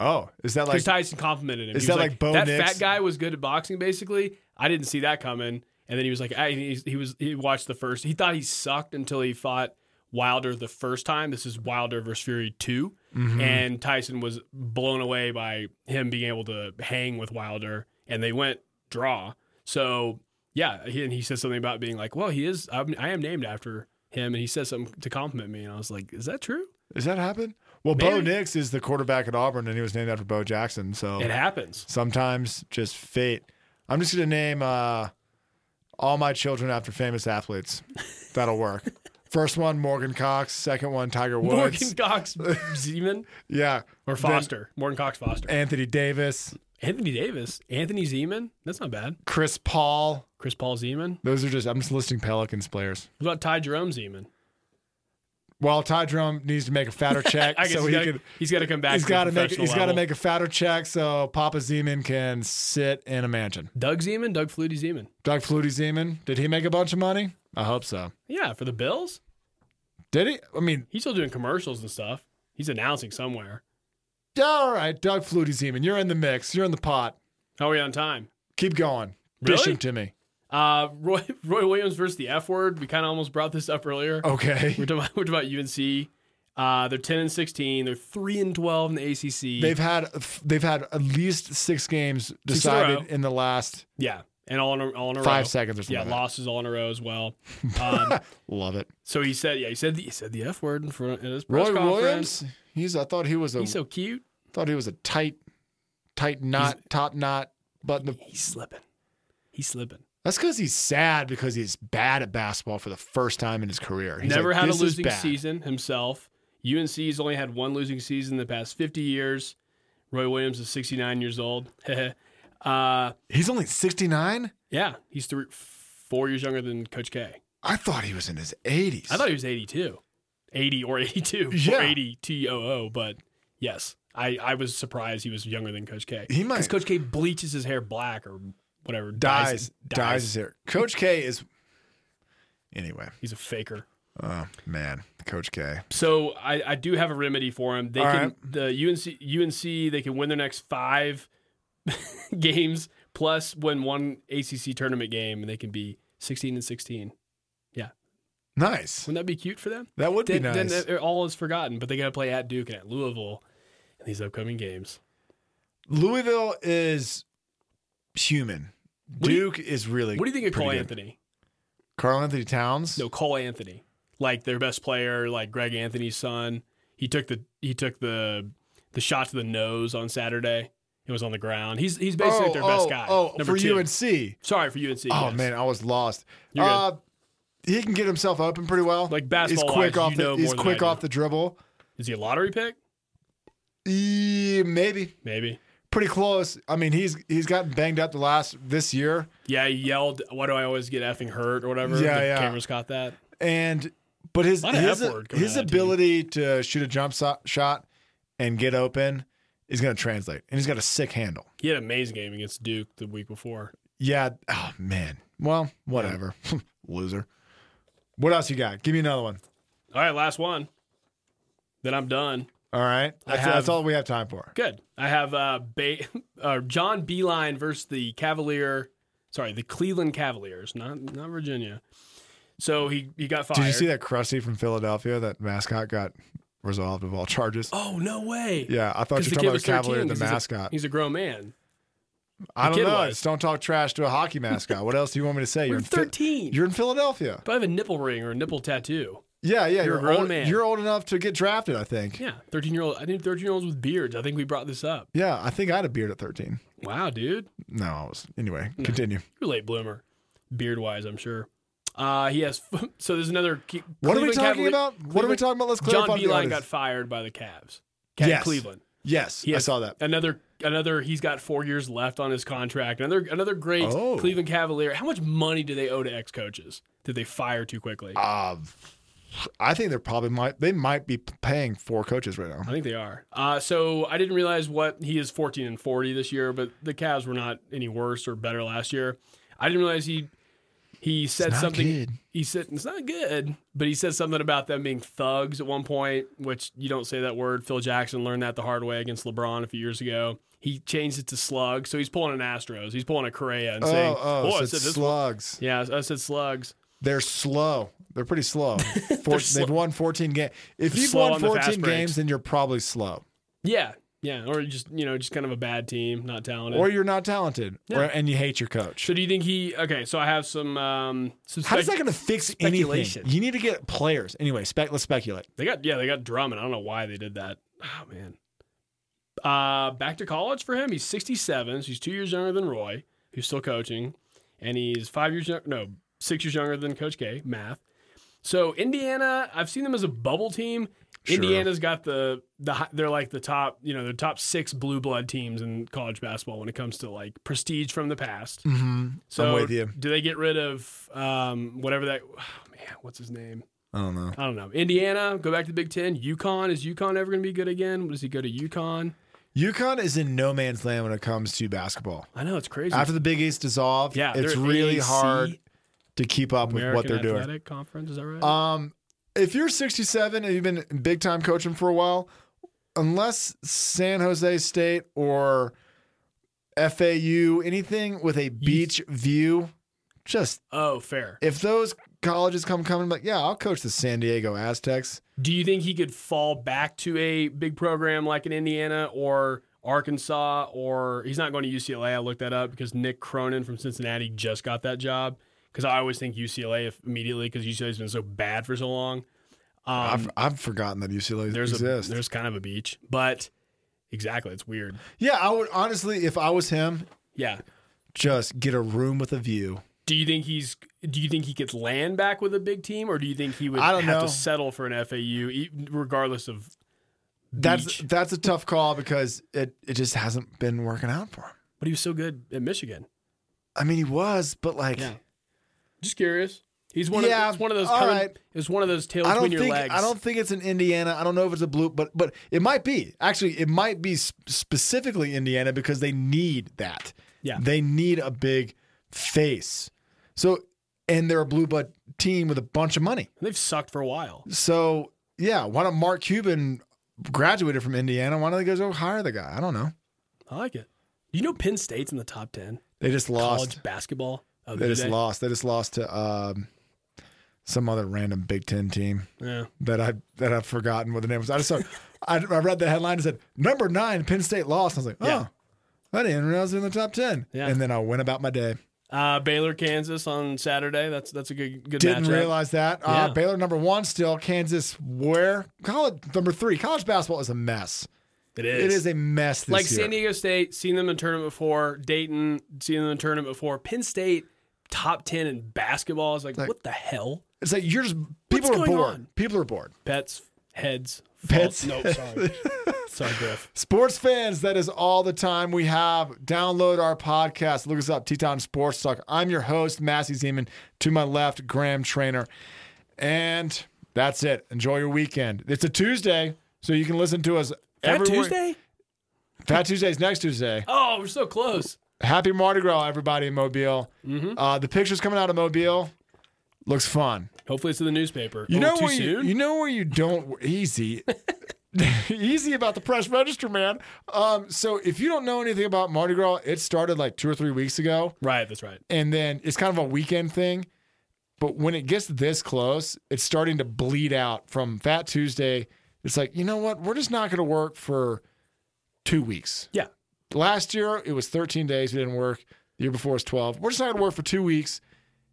C: Oh, is that like
D: Because Tyson complimented him.
C: Is
D: He
C: that
D: was
C: like Bo
D: That
C: Nix?"
D: fat guy was good at boxing. Basically, I didn't see that coming. And then he was like, I, he, he was he watched the first. He thought he sucked until he fought Wilder the first time. This is Wilder versus Fury 2.
C: Mm-hmm.
D: And Tyson was blown away by him being able to hang with Wilder, and they went draw. So, yeah, he, and he said something about being like, well, he is, I'm, I am named after him. And he said something to compliment me. And I was like, is that true?
C: Does that happen? Well, Bo
D: Maybe.
C: Nix is the quarterback at Auburn, and he was named after Bo Jackson. So
D: It happens.
C: sometimes just fate. I'm just gonna name uh, all my children after famous athletes. That'll work. First one Morgan Cox. Second one Tiger Woods.
D: Morgan Cox Zeman
C: Yeah,
D: or Foster. Morgan Cox Foster.
C: Then Anthony Davis,
D: Anthony Davis. Anthony Zeman. That's not bad.
C: Chris Paul.
D: Chris Paul Zeman.
C: Those are just. I'm just listing Pelicans players.
D: What about Ty Jerome Zeman?
C: Well, Ty Drum needs to make a fatter check,
D: I guess
C: so
D: he's
C: he
D: gotta-
C: could.
D: he's got to come back.
C: He's
D: to
C: got
D: the
C: to make.
D: professional
C: He's got to
D: level.
C: make a fatter check, so Papa Zeman can sit in a mansion.
D: Doug Zeman, Doug Flutie Zeman.
C: Doug Flutie Zeman. Did he make a bunch of money? I hope so.
D: Yeah, for the Bills,
C: Did he? I mean,
D: he's still doing commercials and stuff. He's announcing somewhere.
C: all right, Doug Flutie Zeman. You're in the mix. You're in the pot.
D: How are we on time?
C: Keep going. Dish
D: Really?
C: him to me.
D: Uh, Roy Roy Williams versus the F word. We kind of almost brought this up earlier.
C: Okay.
D: We're talking about, we're talking about UNC. Uh, they're ten and sixteen. They're three and twelve in the ACC.
C: They've had they've had at least six games
D: a
C: decided
D: row.
C: in the last
D: yeah, and all in a, all in a row.
C: five seconds or something.
D: Yeah,
C: like that.
D: losses all in a row as well. Um,
C: Love it.
D: so he said, yeah, he said the, he said the F word in front of his press
C: Roy
D: conference.
C: Williams. He's. I thought he was a.
D: He's so cute.
C: thought he was a tight, tight knot, top knot. But the,
D: He's slipping. He's slipping.
C: that's because he's sad because he's bad at basketball for the first time in his career. He's
D: Never
C: like,
D: had a
C: "This is
D: losing
C: bad."
D: season himself. UNC's only had one losing season in the past 50 years. Roy Williams is 69 years old. uh,
C: He's only sixty nine.
D: yeah, he's three, four years younger than Coach K.
C: I thought he was in his eighties.
D: I thought he was 82. 80 or 82.
C: Yeah.
D: Or 80 T-O-O, but yes. I, I was surprised he was younger than Coach K.
C: He might-
D: Because Coach K bleaches his hair black or whatever.
C: dies,
D: it-
C: dies his hair. Coach K is. Anyway,
D: He's a faker.
C: oh man, Coach K.
D: So I, I do have a remedy for him. They
C: All
D: can the UNC UNC they can win their next five games plus win one ACC tournament game and they can be sixteen and sixteen.
C: Nice.
D: Wouldn't that be cute for them?
C: That would be
D: Then, then
C: nice.
D: it- all is forgotten, but they got to play at Duke and at Louisville in these upcoming games.
C: Louisville is human.
D: do you-
C: Duke is really.
D: What do you think of
C: pretty
D: Cole
C: good.
D: Anthony?
C: Carl Anthony Towns.
D: No, Cole Anthony, like their best player, like Greg Anthony's son. He took the he took the the shot to the nose on Saturday. It was on the ground. He's he's basically
C: oh,
D: their best
C: oh,
D: guy.
C: Oh,
D: Number
C: for
D: two.
C: UNC.
D: Sorry for UNC.
C: Oh
D: yes.
C: man, I was lost. Uh,
D: You're good.
C: he can get himself open pretty well.
D: Like basketball
C: he's quick
D: wise,
C: off
D: you
C: the
D: know
C: he's
D: more than
C: quick
D: I do.
C: off the dribble.
D: is he a lottery pick?
C: Eh, maybe
D: Maybe.
C: pretty close. I mean, he's he's gotten banged up the last this year,
D: Yeah, he yelled, "Why do I always get effing hurt?" or whatever.
C: Yeah,
D: the
C: yeah.
D: cameras caught that.
C: and but his
D: Lot of
C: his,
D: F-word going
C: his
D: on that team.
C: ability to shoot a jump so- shot and get open is going to translate, and he's got a sick handle.
D: He had an amazing game against Duke the week before.
C: Yeah. Oh man. Well, whatever. Loser. What else you got? Give me another one.
D: All right, last one. Then I'm done.
C: All right.
D: I
C: That's,
D: have-
C: that's all we have time for.
D: Good. I have uh, ba- uh John Beeline versus the Cavalier. Sorry, the Cleveland Cavaliers, not not Virginia. So he he got fired.
C: Did you see that Krusty from Philadelphia? That mascot got resolved of all charges.
D: Oh no way!
C: Yeah, I thought
D: Because
C: you
D: the
C: were
D: kid
C: talking about
D: was
C: the Cavalier
D: 13.
C: and the
D: 'cause he's a-
C: mascot.
D: he's a grown man.
C: I
D: kid
C: don't know.
D: was.
C: It's don't talk trash to a hockey mascot. What else do you want me to say?
D: You're
C: in Phil-
D: 13.
C: you're in Philadelphia.
D: But I have a nipple ring or a nipple tattoo.
C: Yeah, yeah.
D: You're a grown
C: old,
D: man.
C: You're old enough to get drafted. I think. Yeah.
D: Yeah, thirteen year old. I think thirteen year olds with beards. I think we brought this up.
C: I think I had a beard at 13.
D: Wow, dude,
C: No, I was. Anyway, continue.
D: you're a late bloomer, beard wise. I'm sure. Uh, he has. So there's another. Ke-
C: What are we
D: Cleveland
C: talking
D: Cavali-
C: about? What are we
D: Cleveland-
C: talking about? Let's
D: John
C: clarify. to the
D: Beeline got
C: audience.
D: fired by the Cavs. Ca-
C: Yes.
D: Cleveland.
C: Yes,
D: He
C: I
D: has
C: saw that.
D: Another, another. He's got four years left on his contract. Another, another great
C: Oh.
D: Cleveland Cavalier. How much money do they owe to ex coaches? Did they fire too quickly?
C: Uh, I think they're probably might. They might be paying four coaches right now.
D: I think they are. Uh, so I didn't realize what he is 14 and 40 this year, but the Cavs were not any worse or better last year. I didn't realize he he said
C: not
D: something.
C: good.
D: He said it's not good, but he said something about them being thugs at one point, which you don't say that word. Phil Jackson learned that the hard way against LeBron a few years ago. He changed it to slug, so he's pulling an Astros. He's pulling a Correa and saying,
C: oh, oh,
D: "Boy, I
C: so
D: said
C: it's
D: this."
C: slugs.
D: Yeah, I said slugs.
C: They're slow. They're pretty slow. 4
D: slow.
C: They've won 14 games. If
D: They're
C: you've
D: slow
C: won
D: on the fast
C: 14
D: breaks.
C: games, then you're probably slow,
D: Yeah, yeah, or just you know, just kind of a bad team, not talented.
C: or you're not talented, or, and you hate your coach.
D: so do you think he? Okay, so I have some. Um, some
C: How is
D: spec-
C: that going to fix
D: speculation.
C: anything? You need to get players. Anyway, spec, let's speculate.
D: They got yeah, they got Drummond. I don't know why they did that. Oh man. Uh back to college for him. He's 67, so he's 2 years younger than Roy, who's still coaching, and he's 5 years yo- no, 6 years younger than Coach K, math. So Indiana, I've seen them as a bubble team. Indiana's got the the hi- they're like the top, you know, the top 6 blue blood teams in college basketball when it comes to like prestige from the past. So
C: Mm-hmm. I'm with you.
D: do they get rid of um whatever that oh, man, what's his name?
C: I don't know.
D: I don't know. Indiana, go back to the Big Ten. UConn, is UConn ever going to be good again? Does he go to UConn?
C: UConn is in no man's land when it comes to basketball.
D: I know it's crazy.
C: After the Big East dissolved,
D: yeah,
C: it's
D: they're
C: really
D: AAC,
C: hard to keep up with
D: American
C: what they're doing.
D: Athletic Conference is that right?
C: Um, if you're 67 and you've been big time coaching for a while, unless San Jose State or FAU, anything with a beach view, just
D: oh, fair.
C: if those colleges come coming, like, yeah, I'll coach the San Diego Aztecs.
D: Do you think he could fall back to a big program like an Indiana or Arkansas or he's not going to UCLA? I looked that up because Nick Cronin from Cincinnati just got that job. Because I always think UCLA if- immediately because UCLA's been so bad for so long. Um,
C: I've, I've forgotten that UCLA
D: there's a
C: exists.
D: there's kind of a beach, but exactly, it's weird.
C: yeah, I would honestly, if I was him,
D: Yeah.
C: just get a room with a view.
D: Do you think he's? Do you think he gets land back with a big team, or do you think he would
C: I don't
D: have
C: know.
D: to settle for an FAU, e- regardless of?
C: That's
D: Beach.
C: that's a tough call because it, it just hasn't been working out for him.
D: But he was so good at Michigan.
C: I mean, he was, but like.
D: Yeah. Just curious. He's one.
C: Yeah,
D: of, it's one of those.
C: all
D: current-
C: right.
D: It's one of those tails
C: I don't
D: between your
C: think
D: legs.
C: I don't think it's in Indiana. I don't know if it's a blue, but but it might be. Actually, it might be sp- specifically Indiana because they need that.
D: Yeah.
C: they need a big face. So, and they're a blue blood team with a bunch of money.
D: They've sucked for a while.
C: So, yeah, why don't Mark Cuban graduated from Indiana? Why don't they go hire the guy? I don't know.
D: I like it. Do you know Penn State's in the top ten
C: They just lost.
D: college basketball? Oh,
C: They
D: do
C: just lost. They just lost to um, some other random Big Ten team.
D: Yeah.
C: that I that I've forgotten what the name was. I just saw, I, I read the headline and said number nine Penn State lost. I was like, oh,
D: Yeah.
C: I didn't realize they were in the top ten.
D: Yeah.
C: And then I went about my day.
D: Uh, Baylor, Kansas on Saturday. That's that's a good good
C: Didn't
D: matchup.
C: realize that. Uh,
D: Yeah.
C: Baylor number one still. Kansas where college number three. College basketball is a mess.
D: It
C: It
D: is.
C: is a mess this
D: like
C: year.
D: San Diego State, seen them in tournament before. Dayton, seen them in tournament before. Penn State, top ten in basketball. Is like,
C: Like-
D: what the hell?
C: It's like you're just people are
D: going
C: bored.
D: on?
C: People are bored.
D: Pets, heads,
C: Pets.
D: No, sorry, sorry, Griff.
C: Sports fans, that is all the time we have. Download our podcast. Look us up, Teton Sports Talk. I'm your host, Massey Zeman. To my left, Graham Trainer. And that's it. Enjoy your weekend. It's a Tuesday, so you can listen to us
D: Fat
C: every
D: Tuesday?
C: Fat Tuesday's next Tuesday.
D: Oh, we're so close.
C: Happy Mardi Gras, everybody in Mobile.
D: Mm-hmm.
C: Uh, the pictures coming out of Mobile looks fun.
D: Hopefully, it's in the newspaper.
C: You
D: a
C: know
D: little too
C: where you,
D: soon.
C: you know where you don't easy easy about the press register, man. Um, so if you don't know anything about Mardi Gras, it started like two or three weeks ago,
D: right, that's right.
C: and then it's kind of a weekend thing. But when it gets this close, it's starting to bleed out from Fat Tuesday. It's like you know what? We're just not going to work for two weeks.
D: Yeah,
C: Last year it was 13 days we didn't work. The year before it was 12. We're just not going to work for two weeks,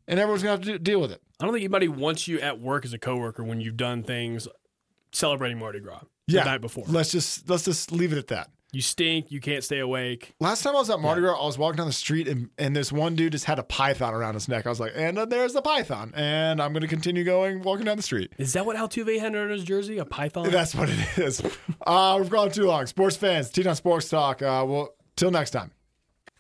C: and everyone's going to have to deal with it.
D: I don't think anybody wants you at work as a coworker when you've done things celebrating Mardi Gras
C: Yeah.
D: the night before.
C: Let's just let's just leave it at that.
D: You stink. You can't stay awake.
C: Last time I was at Mardi Gras, I was walking down the street and, and this one dude just had a python around his neck. I was like, and uh, there's the python. And I'm going to continue going, walking down the street.
D: Is that what Altuve had on his jersey? A python?
C: That's what it is. Uh, we've gone too long. Sports fans, Teton Sports Talk. Uh, well, till next time.